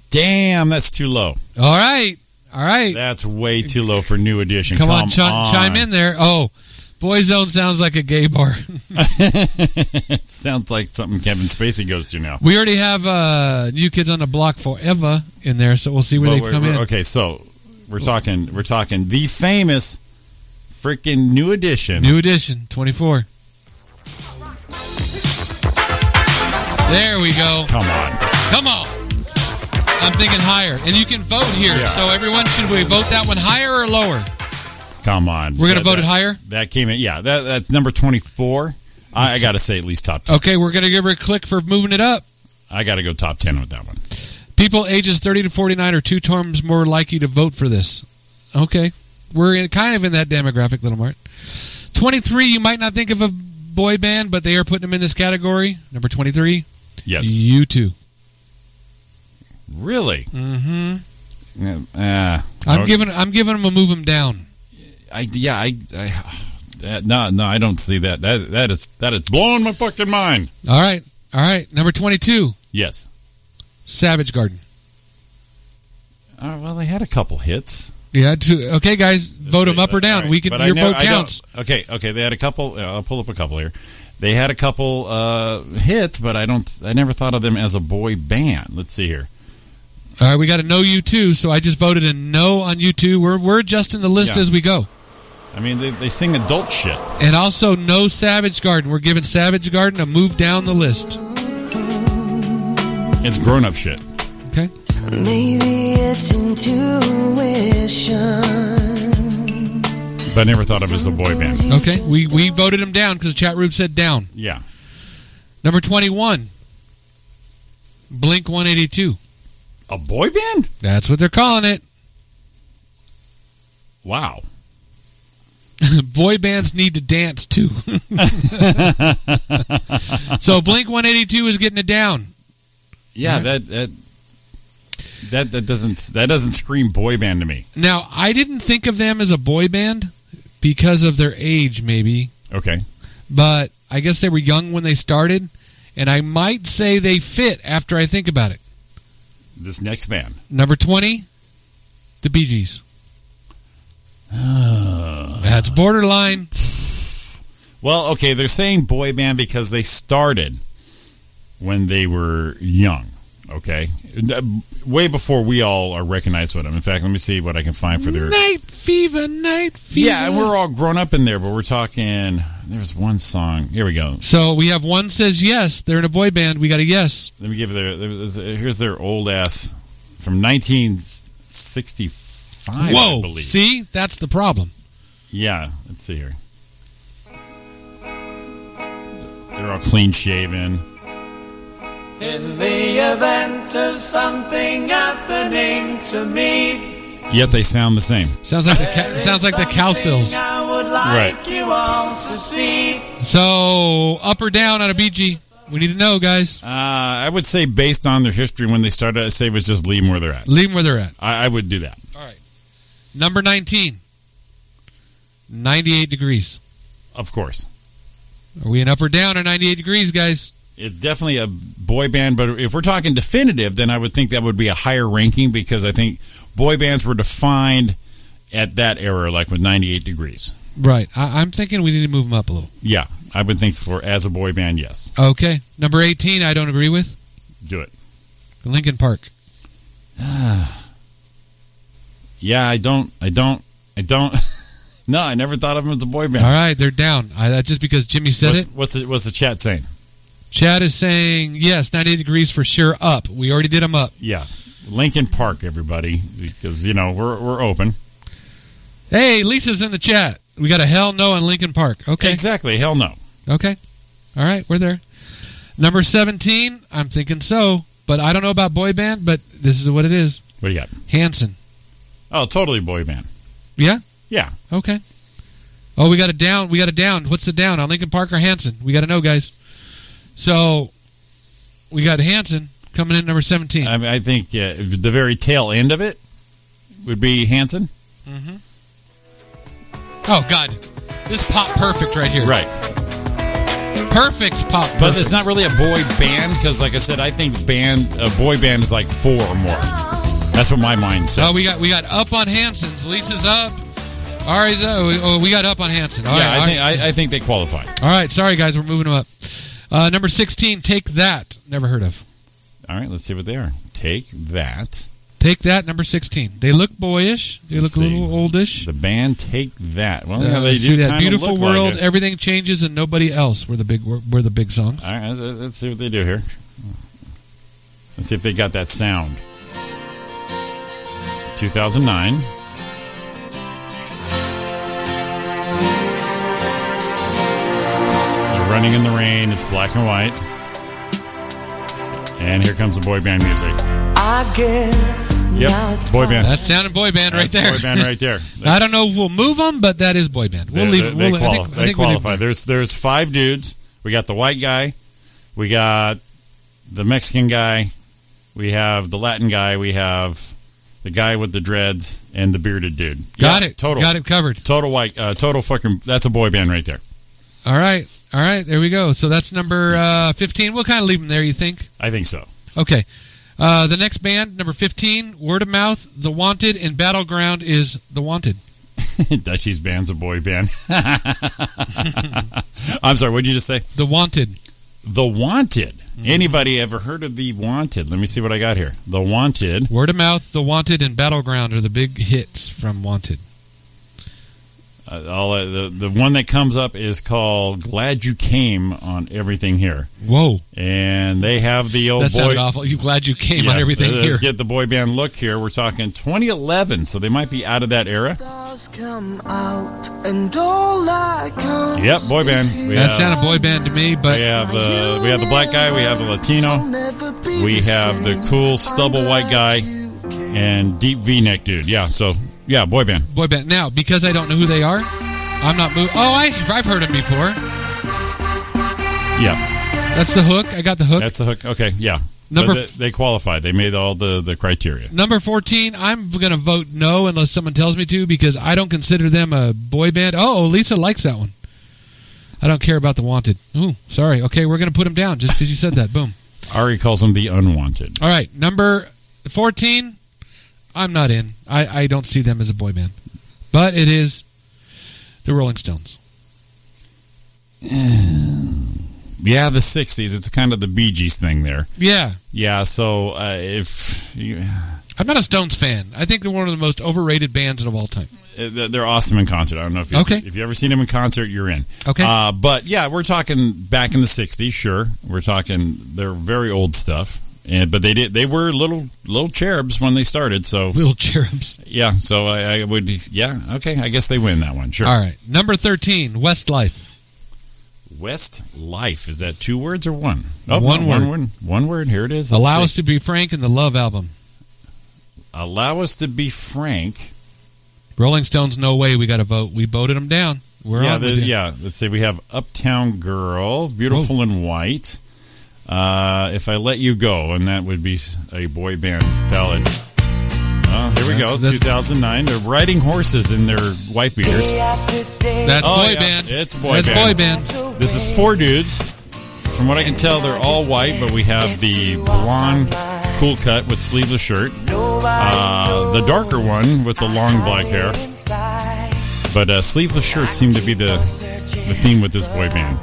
S5: Damn, that's too low.
S4: All right. All right.
S5: That's way too low for New Edition.
S4: Come, on, chi- chime in there. Oh, Boyzone sounds like a gay bar. <laughs>
S5: It <laughs> sounds like something Kevin Spacey goes to now.
S4: we already have uh, new kids on the block forever in there, so we'll see where
S5: Well,
S4: they
S5: we're-
S4: come
S5: we're-
S4: in.
S5: Okay, so we're talking, we're talking the famous freaking New Edition.
S4: New edition, 24. There we go.
S5: Come on.
S4: Come on. I'm thinking higher. And you can vote here.
S5: Yeah.
S4: So, everyone, should we vote that one higher or lower?
S5: Come on.
S4: We're gonna
S5: That-
S4: vote it
S5: that-
S4: higher?
S5: That came in. Yeah, that, that's number 24. I, I got to say at least top 10.
S4: Okay, we're going to give her a click for moving it up.
S5: I got to go top 10 with that one.
S4: People ages 30 to 49 are two times more likely to vote for this. Okay. We're in, kind of in that demographic, Little Mart. 23, you might not think of a boy band, but they are putting them in this category. Number 23,
S5: Yes.
S4: you too.
S5: Really?
S4: Mm-hmm.
S5: Yeah, Uh,
S4: I'm
S5: okay.
S4: giving I'm giving them a move them down.
S5: I, yeah, I. I <sighs> that- no, no, I don't see that. That that is that is blowing my fucking mind.
S4: All right. All right. Number 22,
S5: Yes.
S4: Savage Garden.
S5: Uh, well, they had a couple hits.
S4: Yeah. Two, okay, guys, vote
S5: Let's
S4: them
S5: see.
S4: up or down.
S5: All right.
S4: We can.
S5: But I
S4: your
S5: know-
S4: vote
S5: I don't-
S4: counts.
S5: Okay, okay. They had a couple. Uh, I'll pull up a couple here. They had a couple uh, hits, but I don't. I never thought of them as a boy band. Let's see here.
S4: All right, we got to know you too. So I just voted a no on you two. We're we're adjusting the list
S5: Yeah.
S4: as we go,
S5: I mean, they, they sing adult shit.
S4: and also no Savage Garden. We're giving Savage Garden a move down the list.
S5: It's grown up shit.
S4: Okay.
S3: Maybe it's intuition.
S5: But I never thought of it as a boy band.
S4: Okay. We we voted them down because the chat room said down.
S5: Yeah.
S4: Number twenty one. Blink one eighty two.
S5: A boy band?
S4: That's what they're calling it.
S5: Wow.
S4: <laughs> Boy bands need to dance too. <laughs> so Blink 182 is getting it down.
S5: Yeah, that that that that doesn't that doesn't scream boy band to me.
S4: Now, I didn't think of them as a boy band because of their age, maybe,
S5: Okay.
S4: but I guess they were young when they started, and I might say they fit after I think about it.
S5: This next band.
S4: Number 20, the Bee Gees.
S5: Ah.
S4: That's borderline.
S5: Well, okay, they're saying boy band because they started when they were young. Okay, Uh, way before we all are recognized with them. In fact, let me see what I can find for their.
S4: Night fever, night fever.
S5: Yeah, and we're all grown up in there, but we're talking. There's one song. Here we go.
S4: So we have one says yes, they're in a boy band. We got a yes.
S5: Let me give their. there's- Here's their old ass from 1965. I
S4: Whoa,
S5: believe.
S4: see, that's the problem.
S5: Yeah, let's see here. They're all clean shaven.
S3: In the event of something happening to me,
S5: Yet they sound the same.
S4: Sounds like the ca- sounds like the cow sills.
S3: I would like you all to see.
S4: So up or down on a BG? We need to know, guys.
S5: Uh, I would say based on their history when they started, I'd say it was just leave 'em where they're at.
S4: Leave them where they're at.
S5: I, I would do that.
S4: All right. Number 19. 98 degrees.
S5: Of course.
S4: Are we an up or down or 98 degrees, guys?
S5: It's definitely a boy band, but if we're talking definitive, then I would think that would be a higher ranking because I think boy bands were defined at that era, like with 98 degrees.
S4: Right. I- I'm thinking we need to move them up a little.
S5: Yeah, I would think for as a boy band, yes.
S4: Okay. Number 18, I don't agree with.
S5: Do it.
S4: Lincoln Park.
S5: Yeah, I don't, I don't, I don't. <laughs> no, I never thought of them as a boy band.
S4: All right, they're down. I, that's just because Jimmy said
S5: what's,
S4: it.
S5: What's the, what's the chat saying?
S4: Chad is saying, yes, 98 degrees for sure up. We already did them up.
S5: Yeah, Lincoln Park, everybody, because you know we're we're open.
S4: Hey, Lisa's in the chat. We got a hell no on Lincoln Park. Okay.
S5: Exactly. Hell no.
S4: Okay. All right, we're there. Number 17, I'm thinking so, but I don't know about boy band, but this is what it is.
S5: What do you got?
S4: Hanson.
S5: Oh, totally boy band.
S4: Yeah?
S5: Yeah.
S4: Okay. Oh, we got a down. We got a down. What's the down on Lincoln Park or Hanson? We got to know, guys. So we got Hanson coming in number 17.
S5: I, mean, I think uh, the very tail end of it would be Hanson.
S4: oh, God. This pop perfect right here.
S5: Right.
S4: Perfect pop.
S5: But it's not really a boy band because, like I said, I think band a boy band is like four or more. That's what my mind says.
S4: Oh, we got we got up on Hanson's. Lisa's up. Ari's up. Oh, we- Oh, we got up on Hanson. All
S5: yeah,
S4: right,
S5: I think
S4: ours-
S5: I, I think they qualify.
S4: All right, sorry guys, we're moving them up. Uh, number 16, Take That. Never heard of.
S5: All right, let's see what they are. Take that.
S4: Take That, number 16. They look boyish. They
S5: Let's
S4: look a
S5: see.
S4: little oldish.
S5: The band take that. Well,
S4: Uh,
S5: yeah, they
S4: let's
S5: do
S4: see that
S5: kinda
S4: beautiful
S5: look like
S4: world,
S5: it.
S4: everything changes and nobody else were the big were were the big songs.
S5: All right, let- let's see what they do here. Let's see if they got that sound. 2009. They're running in the rain. It's black and white. And here comes the boy band music.
S3: I guess
S5: Yep,
S3: now it's
S5: boy band.
S4: That's sound and boy band
S5: That's
S4: right there.
S5: Boy band
S4: <laughs>
S5: right there.
S4: I don't know if we'll move them, but that is boy band. We'll
S5: they,
S4: leave
S5: they-
S4: it.
S5: they
S4: We'll, I think,
S5: quali-
S4: I
S5: they
S4: think we leave
S5: qualify. There's there's five dudes. We got the white guy, we got the Mexican guy, we have the Latin guy, we have the guy with the dreads and the bearded dude.
S4: Got
S5: Yeah,
S4: it.
S5: Total.
S4: Got it covered.
S5: Total white. Uh, total fucking. That's a boy band right there.
S4: All right. All right. There we go. So that's number uh, 15. We'll kind of leave them there, you think?
S5: I think so. <laughs>
S4: Okay. Uh, the next band, number 15, Word of Mouth, The Wanted, and Battleground is The Wanted.
S5: Dutchie's band's a boy band. <laughs> I'm sorry. What would you just say?
S4: The Wanted.
S5: The Wanted.
S4: Mm-hmm.
S5: Anybody ever heard of the Wanted? Let me see what I got here. The Wanted.
S4: Word of Mouth, The Wanted, and Battleground are the big hits from Wanted.
S5: Uh, all uh, the the one that comes up is called "Glad You Came" on everything here,
S4: Whoa.
S5: and they have the old
S4: that sounded
S5: Oh, boy.
S4: awful. You glad you came
S5: Yeah,
S4: on everything
S5: let's
S4: here.
S5: get the boy band look here. We're talking 2011, so they might be out of that era.
S3: stars come out and all I comes
S5: Yep, boy band.
S3: is
S5: We
S4: that
S5: have-
S4: sounded boy band to me,
S5: We
S4: but
S5: have the we have the black guy, we have the
S3: I'll
S5: Latino,
S3: never be
S5: we
S3: the
S5: have the
S3: same.
S5: cool stubble white guy, and deep V neck dude. Yeah, so yeah, boy band.
S4: boy band. Now, because I don't know who they are, I'm not moving. Oh, I, I've heard him before.
S5: Yeah.
S4: That's the hook. I got the hook.
S5: That's the hook. Okay, yeah.
S4: Number
S5: But they, they qualified. They made all the, the criteria.
S4: Number 14, I'm going to vote no unless someone tells me to because I don't consider them a boy band. Oh, Lisa likes that one. I don't care about the wanted. Ooh, sorry. Okay, we're going to put him down just because you said that. Boom.
S5: Ari calls them the unwanted.
S4: All right, number 14, I'm not in. I, I don't see them as a boy band. But it is the Rolling Stones.
S5: Yeah, the 60s. It's kind of the Bee Gees thing there.
S4: Yeah.
S5: Yeah, so uh, if you,
S4: I'm not a Stones fan. I think they're one of the most overrated bands of all time.
S5: uh, they're awesome in concert. I don't know if you,
S4: Okay.
S5: if you ever seen them in concert, you're in.
S4: Okay.
S5: Uh, but yeah, we're talking back in the 60s, sure. We're talking they're very old stuff. And but they did they were little little cherubs when they started, so
S4: Little cherubs.
S5: yeah, so I, I would yeah, okay, I guess they win that one, sure.
S4: All right, number 13, Westlife.
S5: West Life. Is that two words or one? Oh,
S4: One
S5: no,
S4: word.
S5: One word. One word. Here it is. Let's
S4: Allow
S5: see.
S4: Us to Be Frank and the Love album.
S5: Allow us to be frank.
S4: Rolling Stones, no way. We got to vote. We voted them down. We're
S5: yeah,
S4: on
S5: the-
S4: with you.
S5: yeah. Let's see. We have Uptown Girl, Beautiful in White. Uh, if I let you go, and that would be a boy band ballad. Uh, here we go.
S4: That's- that's-
S5: 2009. They're riding horses in their wife beaters.
S4: That's
S5: Oh,
S4: boy
S5: yeah.
S4: band.
S5: It's boy
S4: That's
S5: band.
S4: boy band.
S5: This is four dudes. From what I can tell, they're all white, but we have the blonde cool cut with sleeveless shirt, uh, the darker one with the long black hair. But uh, sleeveless shirts seem to be the the theme with this boy band.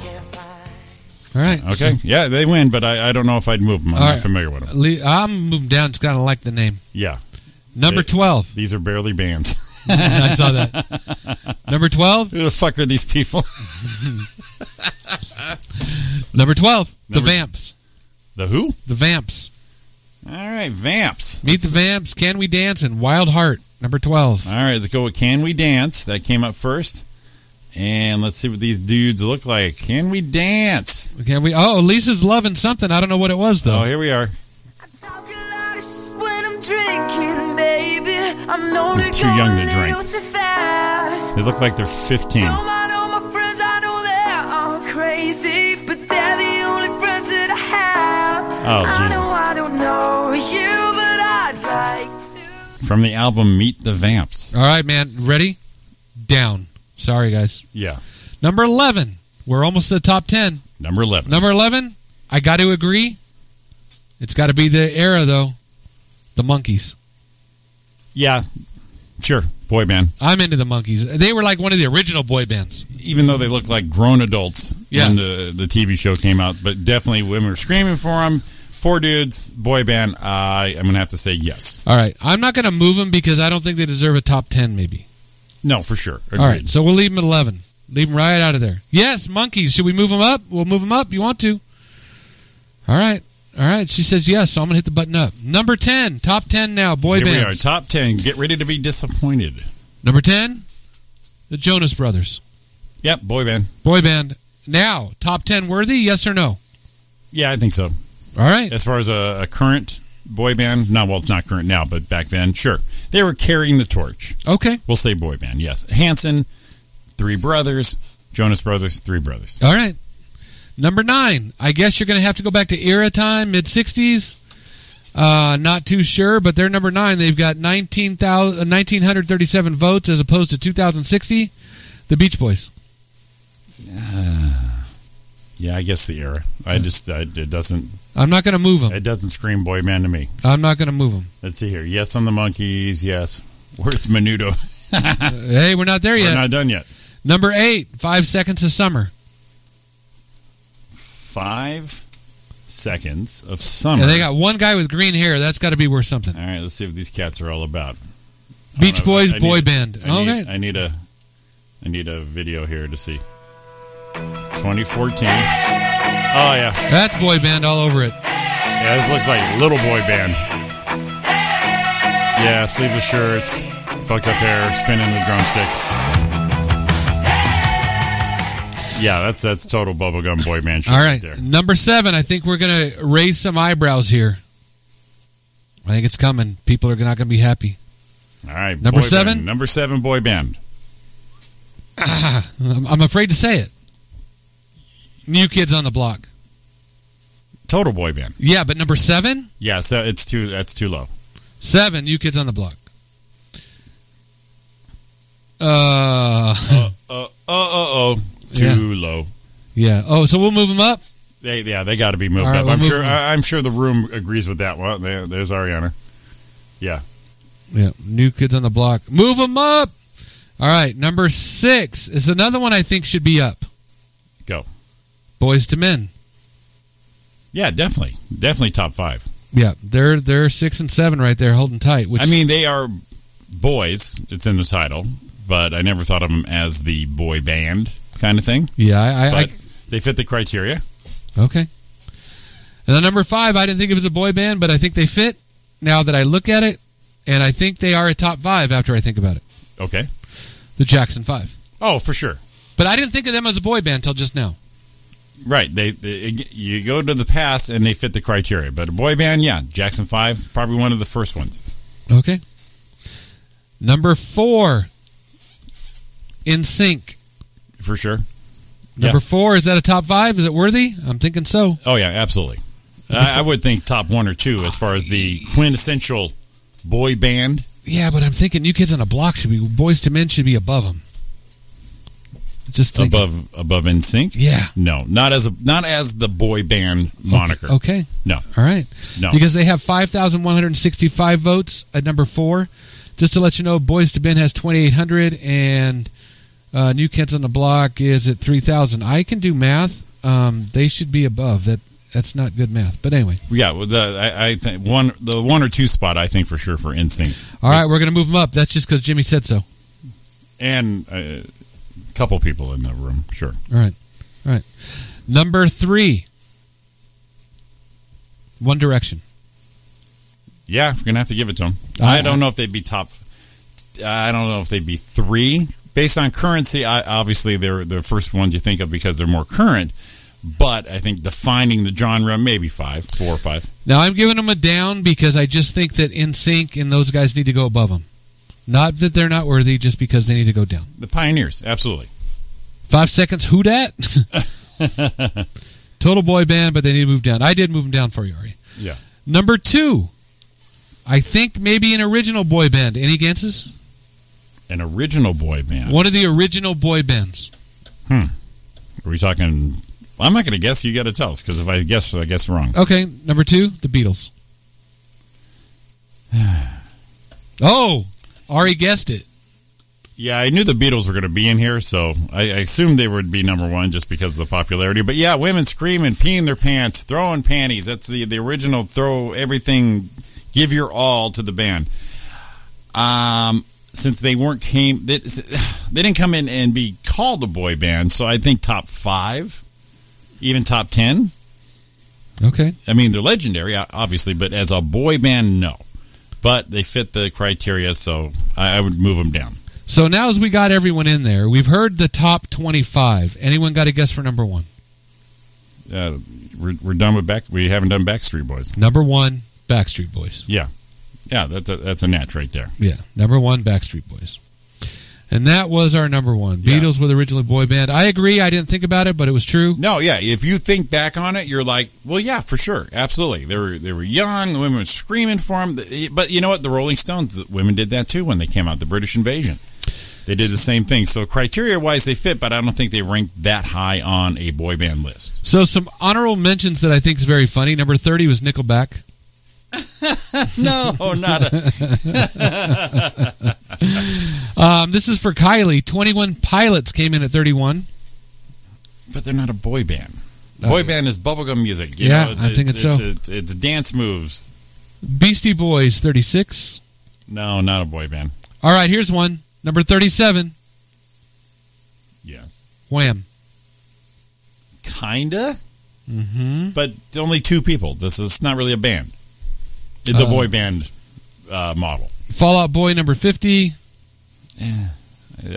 S4: All right. <laughs>
S5: Okay, yeah, they win, but I, I don't know if I'd move them. I'm
S4: All
S5: not
S4: right.
S5: familiar with them.
S4: So, Le- I'm moving down. It's kind of like the name.
S5: Yeah,
S4: Number
S5: They- <laughs>
S4: 12.
S5: these are barely bands. <laughs>
S4: I saw that. Number 12.
S5: Who the fuck are these people? <laughs>
S4: Number 12. the
S5: Number-
S4: Vamps.
S5: The who?
S4: The Vamps.
S5: All right, Vamps.
S4: Meet the Vamps. Can We Dance and Wild Heart. Number 12.
S5: All right, let's go with Can We Dance? That came up first. And let's see what these dudes look like. Can we dance?
S4: Can we? Oh, Lisa's loving something. I don't know what it was,
S5: Oh,
S4: though.
S5: here we are.
S8: Talk a lot of sh- when I'm drinking, baby. I'm known
S5: I'm
S8: to
S5: too
S8: go
S5: young to
S8: a
S5: drink.
S8: little too fast.
S5: They look like they're 15.
S8: Don't mind all my friends, I know they are crazy, but they're the only friends that I have.
S5: Oh,
S8: I
S5: Jesus.
S8: know I don't know you, but I'd like.
S5: From the album Meet the Vamps.
S4: All right, man. Ready? Down. Sorry, guys.
S5: Yeah.
S4: Number 11. We're almost to the top 10.
S5: Number 11.
S4: Number 11, I got to agree. It's got to be the era, though. The Monkeys.
S5: yeah. Sure. Boy band.
S4: I'm into the Monkeys. They were like one of the original boy bands.
S5: Even though they look like grown adults
S4: Yeah.
S5: when the, the TV show came out, but definitely women were screaming for them. Four dudes, boy band. I am going to have to say yes.
S4: All right. I'm not going to move them because I don't think they deserve a top 10, maybe.
S5: No, for sure. Agreed.
S4: All right. So we'll leave them at 11. Leave them right out of there. Yes, Monkeys. Should we move them up? We'll move them up. You want to? All right. All right. She says yes, so I'm going to hit the button up. Number 10. Top 10 now. Boy
S5: Here we are.
S4: bands.
S5: Top 10. Get ready to be disappointed.
S4: Number 10, the Jonas Brothers.
S5: Yep. Boy band.
S4: Boy band. Now, top 10 worthy? Yes or no?
S5: Yeah, I think so.
S4: All right.
S5: as far as a, a current boy band no well it's not current now but back then sure they were carrying the torch
S4: Okay.
S5: we'll say boy band yes hanson three brothers jonas brothers three brothers
S4: All right. Number nine. I guess you're going to have to go back to era time, mid 60s. Uh, not too sure, but they're number nine. They've got 19,000 uh, 1,937 votes as opposed to 2,060. The Beach Boys.
S5: yeah i guess the era i just I, it doesn't
S4: I'm not going to move them.
S5: it doesn't scream boy band to me
S4: I'm not going to move them.
S5: let's see here yes on the monkeys yes where's menudo
S4: hey, we're not <laughs> there
S5: we're
S4: yet.
S5: not done yet
S4: Number eight, Five Seconds of Summer.
S5: five seconds of summer
S4: And they got one guy with green hair. That's got to be worth something.
S5: all right let's see what these cats are all about I
S4: Beach
S5: don't know.
S4: Boys
S5: I
S4: boy
S5: need-
S4: band.
S5: I need,
S4: okay.
S5: I need a I need a video here to see. 2014. Oh yeah,
S4: That's boy band all over it.
S5: yeah. This looks like little boy band. Yeah, sleeveless shirts, fucked up hair, spinning the drumsticks. Yeah, that's that's total bubblegum boy band shit
S4: All
S5: right
S4: right.
S5: there.
S4: Number seven, I think we're going to raise some eyebrows here. I think it's coming. People are not going to be happy.
S5: All right,
S4: Number
S5: boy band.
S4: seven?
S5: Number seven boy band.
S4: Ah, I'm I'm afraid to say it. New Kids on the Block.
S5: Total boy band.
S4: Yeah, but number seven,
S5: Yeah, so it's too. That's too low.
S4: seven New Kids on the Block. Uh, <laughs>
S5: Uh, uh, uh, oh, oh, too low.
S4: yeah. Oh, so we'll move them up.
S5: They, yeah, they got to be moved
S4: All right,
S5: up.
S4: we'll
S5: I'm
S4: move
S5: sure.
S4: them.
S5: I, I'm sure the room agrees with that one. There, there's Ariana. Yeah,
S4: Yeah, New Kids on the Block. Move them up. All right, number six is another one I think should be up.
S5: Go.
S4: Boys to Men.
S5: yeah, definitely, definitely top five.
S4: Yeah, they're they're six and seven right there, holding tight. Which
S5: I mean, they are boys. It's in the title, but I never thought of them as the boy band kind of thing.
S4: yeah, I, I,
S5: but
S4: I
S5: they fit the criteria.
S4: okay. And then number five, I didn't think it was a boy band, but I think they fit now that I look at it, and I think they are a top five after I think about it.
S5: Okay.
S4: The Jackson Five,
S5: Oh, for sure.
S4: but I didn't think of them as a boy band till just now.
S5: Right. They, they you go to the past and they fit the criteria. But a boy band, yeah, Jackson Five, probably one of the first ones.
S4: Okay. Number four, In Sync.
S5: For sure.
S4: Number four, is that a top five? Is it worthy? I'm thinking so.
S5: Oh yeah, absolutely. I, I would think top one or two as far as the quintessential boy band.
S4: Yeah, but I'm thinking New Kids on a Block should be Boys to Men should be above them. Just think
S5: above above in sync.
S4: Yeah.
S5: No, not as a, not as the boy band moniker.
S4: Okay.
S5: No.
S4: All right.
S5: No.
S4: Because they have 5,165 votes at number four. Just to let you know, Boys to Men has 2,800 and uh, New Kids on the Block is at 3,000. I can do math. Um, they should be above. That That's not good math. But anyway.
S5: Yeah, well, the, I, I think one the one or two spot I think for sure for Instinct
S4: All right, we're going to move them up. That's just because Jimmy said so.
S5: and uh, a couple people in the room. Sure,
S4: All right. All right. Number three One Direction.
S5: yeah, we're gonna have to give it to them.
S4: I-
S5: I, don't know if they'd be top. I don't know if they'd be three based on currency. I, obviously, they're the first ones you think of because they're more current. But I think defining the genre, maybe five, four or five.
S4: Now I'm giving them a down because I just think that In Sync and those guys need to go above them. Not that they're not worthy, just because they need to go down.
S5: The Pioneers, absolutely.
S4: Five seconds. Who dat? Total boy band, but they need to move down. I did move them down for you, Ari.
S5: Yeah.
S4: Number two, I think maybe an original boy band. Any guesses?
S5: An original boy band.
S4: One of the original boy bands.
S5: Are we talking? I'm not going to guess. You got to tell us because if I guess, I guess wrong.
S4: Okay, number two, the Beatles. <sighs> Oh, Ari guessed it.
S5: Yeah, I knew the Beatles were going to be in here, so I, I assumed they would be number one just because of the popularity. But yeah, women screaming, peeing their pants, throwing panties. That's the, the original throw everything, give your all to the band. Um, since they weren't came, they, <sighs> they didn't come in and be called a boy band, so I think top five, even top ten.
S4: Okay.
S5: I mean, they're legendary, o- obviously, but as a boy band, no. But they fit the criteria, so I, I would move them down.
S4: So now, as we got everyone in there, we've heard the top 25. Anyone got a guess for number one?
S5: uh, we're, we're done with back. We haven't done Backstreet Boys.
S4: Number one, Backstreet Boys.
S5: Yeah, yeah, that's a, that's a natch right there.
S4: Yeah, number one, Backstreet Boys. And that was our number one. Beatles were the originally boy band. I agree. I didn't think about it, but it was true.
S5: No, yeah, if you think back on it, you're like, well, yeah, for sure, absolutely. They were they were young. The women were screaming for them. But you know what? The Rolling Stones, the women did that too when they came out. The British Invasion, they did the same thing. So criteria wise, they fit, but I don't think they ranked that high on a boy band list.
S4: So some honorable mentions that I think is very funny. Number 30 was Nickelback.
S5: <laughs> no, not a.
S4: <laughs> Um, this is for Kylie. 21 Pilots came in at 31.
S5: but they're not a boy band.
S4: No.
S5: Boy band is bubblegum music. you
S4: Yeah,
S5: know,
S4: I think it's so.
S5: It's, it's dance moves.
S4: Beastie Boys, 36.
S5: No, not a boy band.
S4: All right, here's one. Number 37,
S5: Yes.
S4: Wham.
S5: Kinda,
S4: Mm-hmm.
S5: but only two people. This is not really a band. The
S4: Uh,
S5: boy band uh, model.
S4: Fallout Boy, number 50.
S5: I-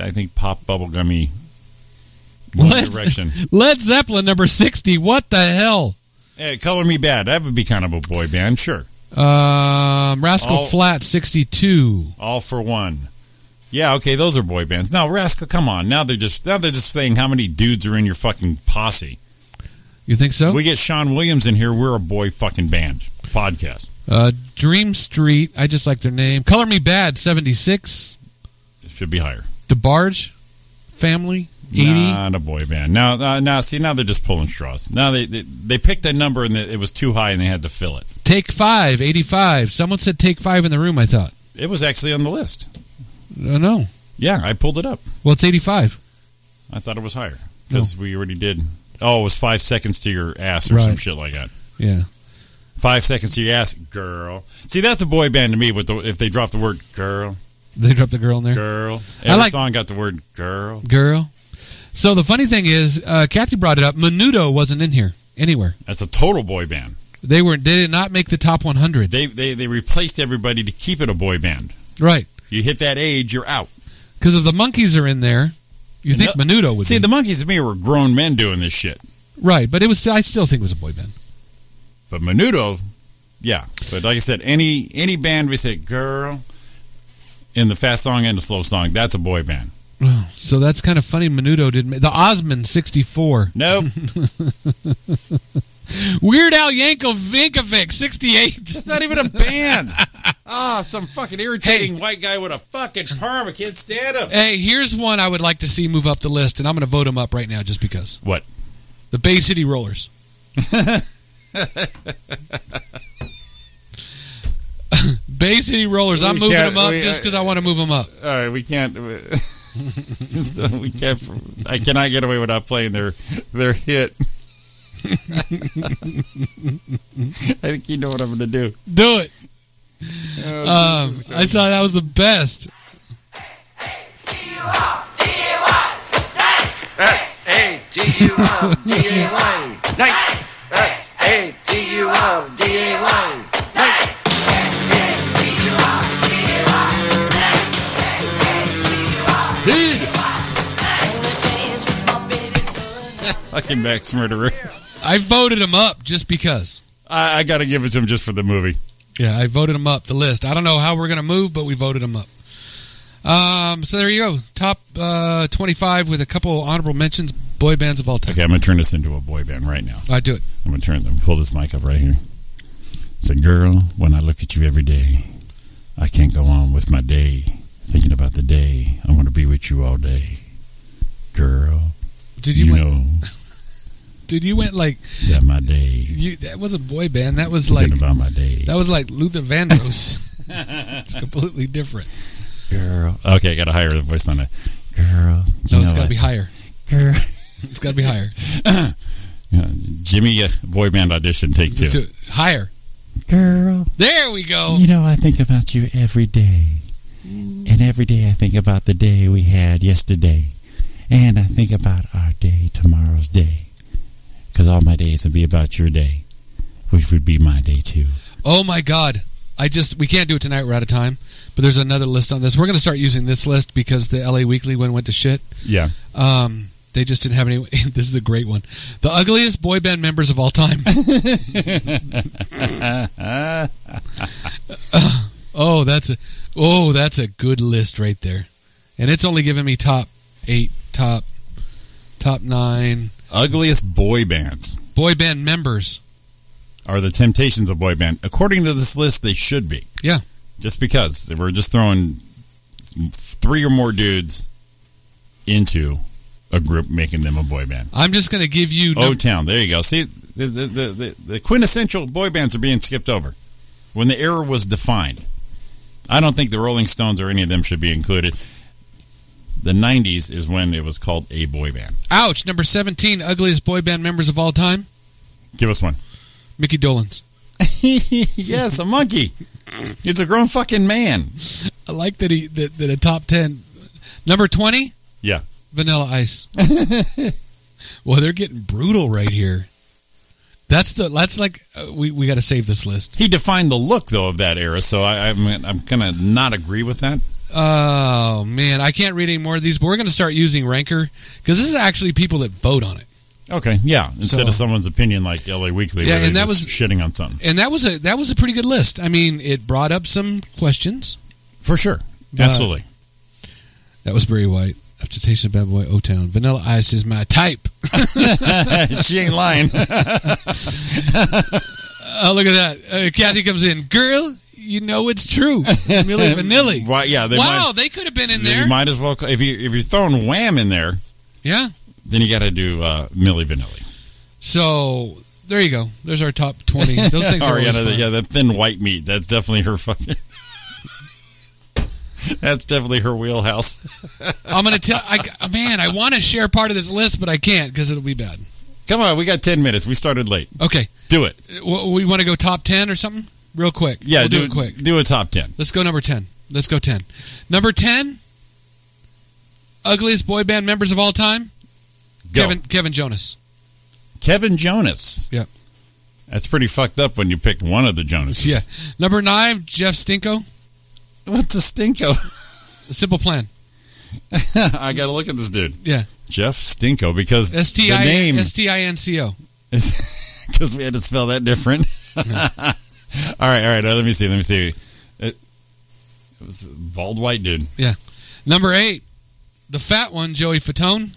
S5: I think pop bubblegummy
S4: What? <laughs>
S5: direction.
S4: Led Zeppelin, number 60. What the hell?
S5: Eh, Color Me Bad. That would be kind of a boy band, sure.
S4: Um, Rascal
S5: Oh. All-
S4: Flat, 62.
S5: All for one. Yeah, okay, those are boy bands. No, Rascal, come on. Now they're just now they're just saying how many dudes are in your fucking posse.
S4: You think so?
S5: We get Sean Williams in here, we're a boy fucking band podcast.
S4: Uh, Dream Street. I just like their name. Color Me Bad. Seventy six.
S5: It should be higher.
S4: DeBarge. Family. Eighty.
S5: Not a boy band. Now, now, now, see, now they're just pulling straws. Now they they, they picked a number and it was too high and they had to fill it.
S4: Take five. Eighty five. Someone said take five in the room. I thought.
S5: It was actually on the list.
S4: Uh, no.
S5: Yeah, I pulled it up.
S4: Well, it's eighty five.
S5: I thought it was higher because we already did. Oh, it was five seconds to your ass or
S4: Right.
S5: some shit like that.
S4: Yeah.
S5: Five seconds to your ass, girl. See, that's a boy band to me. With the, if they drop the word girl,
S4: They dropped the girl in there.
S5: girl,
S4: I
S5: every
S4: like-
S5: song got the word girl.
S4: Girl. So the funny thing is, uh, Kathy brought it up. Menudo wasn't in here anywhere.
S5: That's a total boy band.
S4: They were. They did not make the top one hundred.
S5: They they they replaced everybody to keep it a boy band.
S4: Right.
S5: You hit that age, you're out.
S4: Because if the monkeys are in there, you
S5: And
S4: think
S5: the-
S4: Menudo would
S5: See,
S4: be.
S5: the monkeys to me were grown men doing this shit,
S4: right, but it was. I still think it was a boy band.
S5: but Menudo, yeah. But like I said, any any band we said girl, in the fast song and the slow song, that's a boy band.
S4: Oh, So that's kind of funny. Menudo did ma- the Osmond sixty four.
S5: Nope.
S4: Weird Al Yanko- Yankovic sixty eight.
S5: It's not even a band. Ah, some fucking irritating white guy with a fucking perm. I can't stand
S4: <laughs>
S5: him.
S4: Hey, here's one I would like to see move up the list, and I'm going to vote him up right now just because.
S5: What?
S4: The Bay City Rollers. <laughs> Bay City Rollers. I'm
S5: We
S4: moving
S5: can't-
S4: them up
S5: we- uh,
S4: just because I want to move them up.
S5: All right, we can't. <laughs> we can't. I cannot get away without playing their their hit. <laughs> I think you know what I'm going to do.
S4: Do it.
S5: Oh,
S4: Um, I thought that was the best.
S13: S A T U M D A Y. Night. S A T U M D A Y.
S5: Fucking Max Murderer.
S4: I voted him up just because.
S5: I, I got to give it to him just for the movie.
S4: Yeah, I voted him up the list. I don't know how we're going to move, but we voted him up. Um, so there you go. Top uh, 25 with a couple honorable mentions, boy bands of all time.
S5: Okay, I'm going to turn this into a boy band right now.
S4: I do it.
S5: I'm going to turn them. Pull this mic up right here. It's a girl, when I look at you every day, I can't go on with my day. Thinking about the day, I want to be with you all day. Girl,
S4: Did you,
S5: you
S4: went,
S5: know
S4: Dude, you went like
S5: that my day.
S4: you. That was a boy band. That was like
S5: Thinking about my day.
S4: that was like Luther
S5: <laughs>
S4: Vandross. it's completely different.
S5: Girl. Okay, I got to higher the voice on it. Girl.
S4: No,
S5: you
S4: it's got
S5: know
S4: to
S5: I-
S4: be higher.
S5: Girl. <laughs>
S4: It's got to be higher.
S5: Yeah, Jimmy, uh, boy band audition, take two.
S4: Just do it. Higher.
S5: Girl.
S4: There we go.
S5: You know, I think about you every day. And every day I think about the day we had yesterday. And I think about our day, tomorrow's day. Because all my days would be about your day, which would be my day too.
S4: Oh my God. I just we can't do it tonight. We're out of time. But there's another list on this. We're going to start using this list because the LA Weekly one went to shit.
S5: Yeah.
S4: Um, they just didn't have any. <laughs> This is a great one. The ugliest boy band members of all time. oh, that's a oh, that's a good list right there, and it's only giving me top eight, top top nine
S5: <laughs> Ugliest boy bands
S4: boy band members.
S5: are the temptations of boy band. According to this list, they should be.
S4: Yeah.
S5: Just because they we're just throwing three or more dudes into a group, making them a boy band.
S4: I'm just gonna give you
S5: O
S4: num-
S5: Town. There you go. See, the, the, the, the, the quintessential boy bands are being skipped over. When the era was defined, I don't think the Rolling Stones or any of them should be included. The 90s is when it was called a boy band.
S4: ouch number seventeen ugliest boy band members of all time.
S5: Give us one. <laughs>
S4: Mickey Dolenz.
S5: yes, a monkey. It's a grown fucking man.
S4: I like that he that, that a top ten number twenty.
S5: Yeah.
S4: Vanilla Ice. <laughs> well, they're getting brutal right here. That's the that's like uh, we we got to save this list.
S5: He defined the look, though, of that era, so I, I'm, I'm going to not agree with that.
S4: Oh man, I can't read any more of these. But we're going to start using Ranker because this is actually people that vote on it.
S5: Okay, yeah. Instead
S4: So-
S5: of someone's opinion like LA Weekly,
S4: Yeah,
S5: where
S4: and
S5: they're
S4: that
S5: just
S4: was-
S5: shitting on something.
S4: And that was a that was a pretty good list. I mean, it brought up some questions.
S5: For sure.
S4: But-
S5: Absolutely.
S4: That was Barry White. After tasting Bad Boy O Town, Vanilla Ice is my type. Uh,
S5: <laughs> She
S4: <laughs>
S5: ain't lying.
S4: oh, look at that. Uh, Kathy comes in. Girl, you know it's
S5: <laughs>
S4: true. Millie Vanilli.
S5: Right, yeah, they
S4: wow,
S5: might-
S4: they could have been in
S5: You
S4: there.
S5: might as well if you if you're throwing Wham in there,
S4: Yeah.
S5: then you got to do uh, Millie Vanilli.
S4: So there you go. There's our top
S5: <laughs>
S4: 20. Those things are always
S5: Ariana,
S4: fun.
S5: yeah, that thin white meat. That's definitely her fucking. <laughs> that's definitely her wheelhouse.
S4: I'm going to tell. I, man, I want to share part of this list, but I can't because it'll be bad.
S5: Come on, we got ten minutes. We started late.
S4: Okay.
S5: Do it.
S4: Uh, w- We want to go top 10 or something? Real quick.
S5: Yeah,
S4: We'll do,
S5: do
S4: it quick.
S5: Do a top ten.
S4: Let's go number 10. Let's go 10. Number 10, ugliest boy band members of all time?
S5: Go.
S4: Kevin Kevin Jonas.
S5: Kevin Jonas.
S4: Yep.
S5: That's pretty fucked up when you pick one of the Jonases.
S4: Yeah. Number 9, Jeff Stinko.
S5: What's a Stinko? <laughs>
S4: Simple Plan.
S5: I got to look at this dude.
S4: Yeah.
S5: Jeff Stinko because
S4: S T
S5: the
S4: I
S5: name
S4: S T I N C O.
S5: <laughs> because we had to spell that different. <laughs> all right, all right. Let me see. Let me see. It, it was a bald
S4: <laughs>
S5: white dude. <laughs>
S4: Yeah. Number 8, the fat one, Joey Fatone.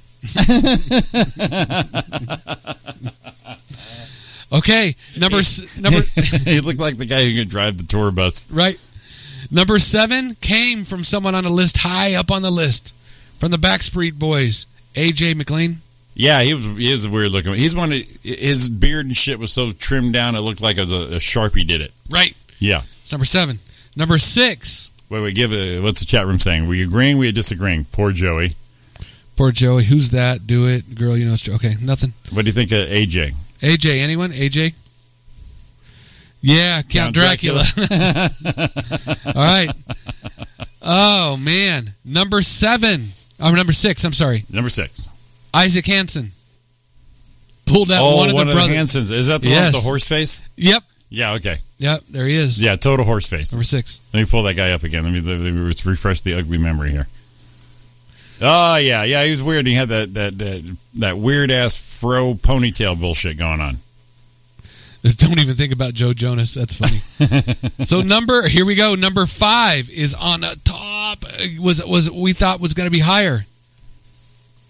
S4: okay. Number
S5: <laughs>
S4: s- number
S5: he looked like the guy who could drive the tour bus.
S4: Right. Number seven came from someone on the list high up on the list from the Backstreet Boys, AJ McLean.
S5: Yeah, he was. He is a weird looking. He's one. Of, his beard and shit was so trimmed down, it looked like it was a, a sharpie did it.
S4: Right.
S5: Yeah.
S4: It's number seven. Number six.
S5: Wait, wait. Give a, what's the chat room saying? Were you agreeing? Were you disagreeing? Poor Joey.
S4: Poor Joey. Who's that? Do it, girl. You know it's true. Okay, nothing.
S5: What do you think of AJ?
S4: AJ. Anyone? AJ. Yeah, Count,
S5: Count
S4: Dracula.
S5: Dracula.
S4: <laughs> All right. Oh man, number seven. Oh, number six. I'm sorry,
S5: Number
S4: Uh,
S5: six.
S4: Isaac Hansen. Pulled out
S5: Oh,
S4: one of
S5: one
S4: the
S5: of the
S4: brothers.
S5: Hansons. Is that the one with the horse face?
S4: Yep.
S5: Yeah. Okay.
S4: Yep. There he is.
S5: Yeah. Total horse face.
S4: Number six. <laughs>
S5: Let me pull that guy up again. Let me, let me re- refresh the ugly memory here. Oh yeah, yeah. He was weird. He had that that that, that weird ass fro ponytail bullshit going on.
S4: Don't even think about Joe Jonas. That's
S5: <laughs>
S4: funny. so number here we go. Number five is on a top. uh, Was was we thought was going to be higher.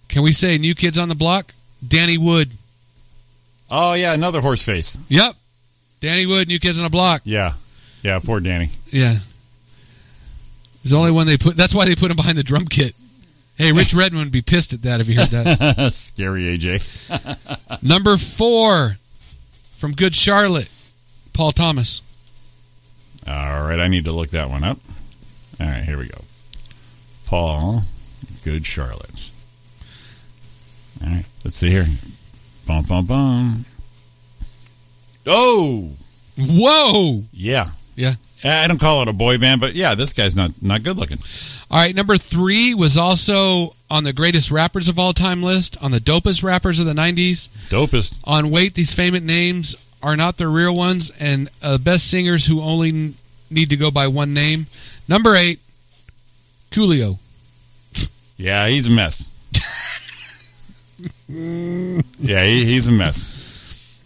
S4: Can we say new kids on the block? Danny Wood.
S5: Oh yeah, another horse face.
S4: Yep. Danny Wood, new kids on the block.
S5: Yeah, yeah. Poor Danny. <laughs>
S4: Yeah. He's the only one they put. That's why they put him behind the drum kit. Hey, Rich Redmond would be pissed at that if he heard that.
S5: Scary AJ.
S4: number four from Good Charlotte, Paul Thomas.
S5: All right, I need to look that one up. All right, here we go. Paul, good Charlotte. All right, let's see here. Bum bum bum. Oh,
S4: whoa!
S5: Yeah,
S4: Yeah.
S5: I don't call it a boy band, but yeah, this guy's not not good looking.
S4: All right, number three was also on the greatest rappers of all time list, on the dopest rappers of the 90s.
S5: Dopest.
S4: On Wait, These Famous Names Are Not Their Real Ones, and uh, Best Singers Who Only n- Need to Go by One Name. Number eight, Coolio.
S5: Yeah, he's a mess. yeah, he, he's a mess.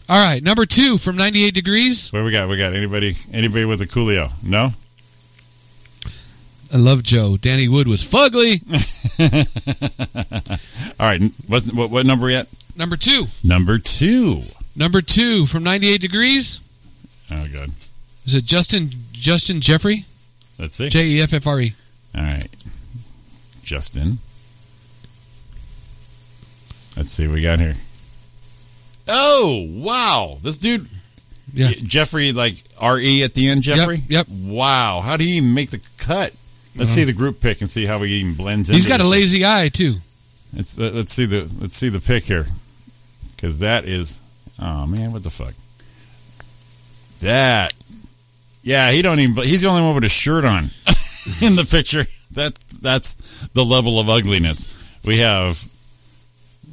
S4: All right, number two from 98 Degrees.
S5: Where we got? We got anybody? Anybody with a Coolio? No.
S4: I love Joe. Danny Wood was fugly.
S5: All right. What's what, what number yet?
S4: number two.
S5: Number two.
S4: Number two from 98 Degrees.
S5: Oh, good.
S4: Is it Justin Justin Jeffrey?
S5: Let's see.
S4: J E F F R E.
S5: All right. Justin. Let's see what we got here. Oh, wow. This dude.
S4: Yeah.
S5: Jeffrey, like R-E at the end, Jeffrey?
S4: Yep.
S5: Wow. How did he even make the cut? Let's
S4: Uh-huh.
S5: see the group pick and see how he even blends in.
S4: He's got a lazy eye, too.
S5: Let's, let- let's see the let's see the pick here, because that is oh man, what the fuck? That yeah, he don't even. He's the only one with a shirt on <laughs> in the picture. That that's the level of ugliness we have.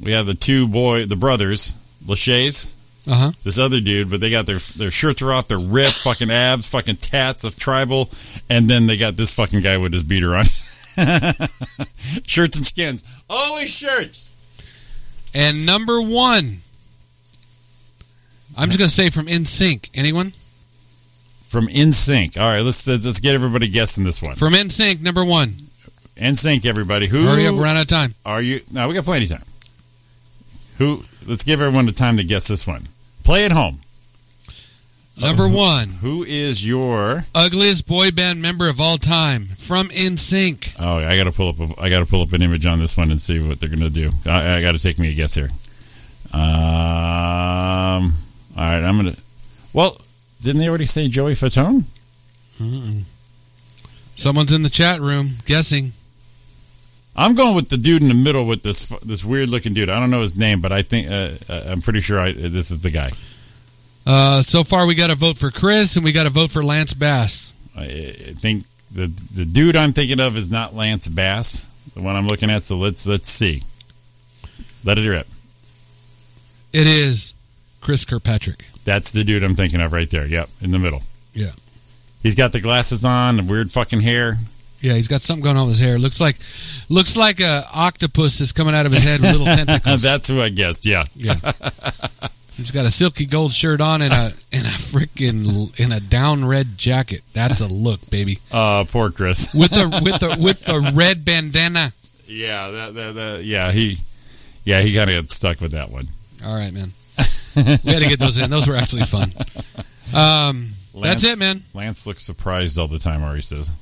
S5: We have the two boy, the brothers, Lachey's.
S4: Uh huh.
S5: This other dude, but they got their their shirts are off, their ripped, <laughs> fucking abs, fucking tats of tribal, and then they got this fucking guy with his beater on, <laughs> shirts and skins. Always shirts.
S4: And number one, I'm just gonna say from In Sync. Anyone
S5: from In Sync. All right, let's let's, let's get everybody guessing this one.
S4: from In Sync? Number one,
S5: And sync, everybody. Who
S4: Hurry up, we're out of time.
S5: Are you? No, we got plenty of time. Who? Let's give everyone the time to guess this one. Play at home.
S4: Number one.
S5: Who is your?
S4: Ugliest boy band member of all time from NSYNC.
S5: Oh, I got to pull up. A, I got to pull up an image on this one and see what they're going to do. I, I got to take me a guess here. Um. All right, I'm gonna. Well, didn't they already say Joey Fatone?
S4: Mm-mm. Someone's in the chat room guessing.
S5: I'm going with the dude in the middle with this this weird looking dude. I don't know his name, but I think uh, uh, I'm pretty sure I, this is the guy.
S4: Uh, so far, we got a vote for Chris and we got a vote for Lance Bass.
S5: I, I think the the dude I'm thinking of is not Lance Bass, the one I'm looking at. So let's let's see. Let it rip.
S4: It is Chris Kirkpatrick.
S5: That's the dude I'm thinking of right there. Yep, in the middle.
S4: Yeah.
S5: He's got the glasses on, the weird fucking hair.
S4: Yeah, he's got something going on with his hair. Looks like, looks like a octopus is coming out of his head with little tentacles.
S5: <laughs> That's who I guessed. Yeah.
S4: Yeah. He's got a silky gold shirt on and a and a freaking and a down red jacket. That's a look, baby.
S5: Uh, poor Chris. <laughs>
S4: With a with a with a red bandana.
S5: Yeah, that, that, that, yeah, he, yeah, he kind of got stuck with that one.
S4: All right, man. We had to get those in. Those were actually fun. <laughs> Um,
S5: Lance-
S4: that's it, man.
S5: Lance looks surprised all the time. Ari says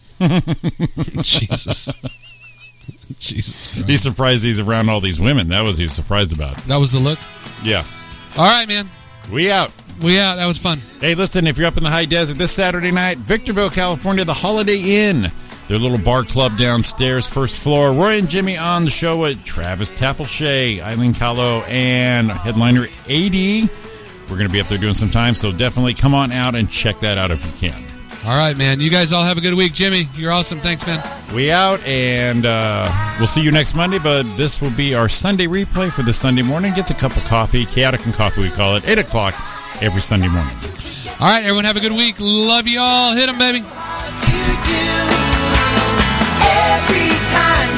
S4: Jesus. Jesus Christ.
S5: he's surprised he's around all these women. That was he's surprised about.
S4: That was the look.
S5: Yeah,
S4: All right, man.
S5: we out.
S4: We out. That was fun.
S5: Hey, listen, if you're up in the high desert this Saturday night, Victorville, California, the Holiday Inn. Their little bar club downstairs, first floor. Roy and Jimmy on the show with Travis Tapleshay, Eileen Callow, and headliner AD. We're going to be up there doing some time, so definitely come on out and check that out if you can.
S4: All right, man. You guys all have a good week. Jimmy, you're awesome. Thanks, man.
S5: We out, and uh, we'll see you next Monday. But this will be our Sunday replay for the Sunday morning. Get a cup of coffee, chaotic and coffee, we call it, 8 o'clock every Sunday morning.
S4: All right, everyone have a good week. Love you all. Hit them, baby.
S8: Every time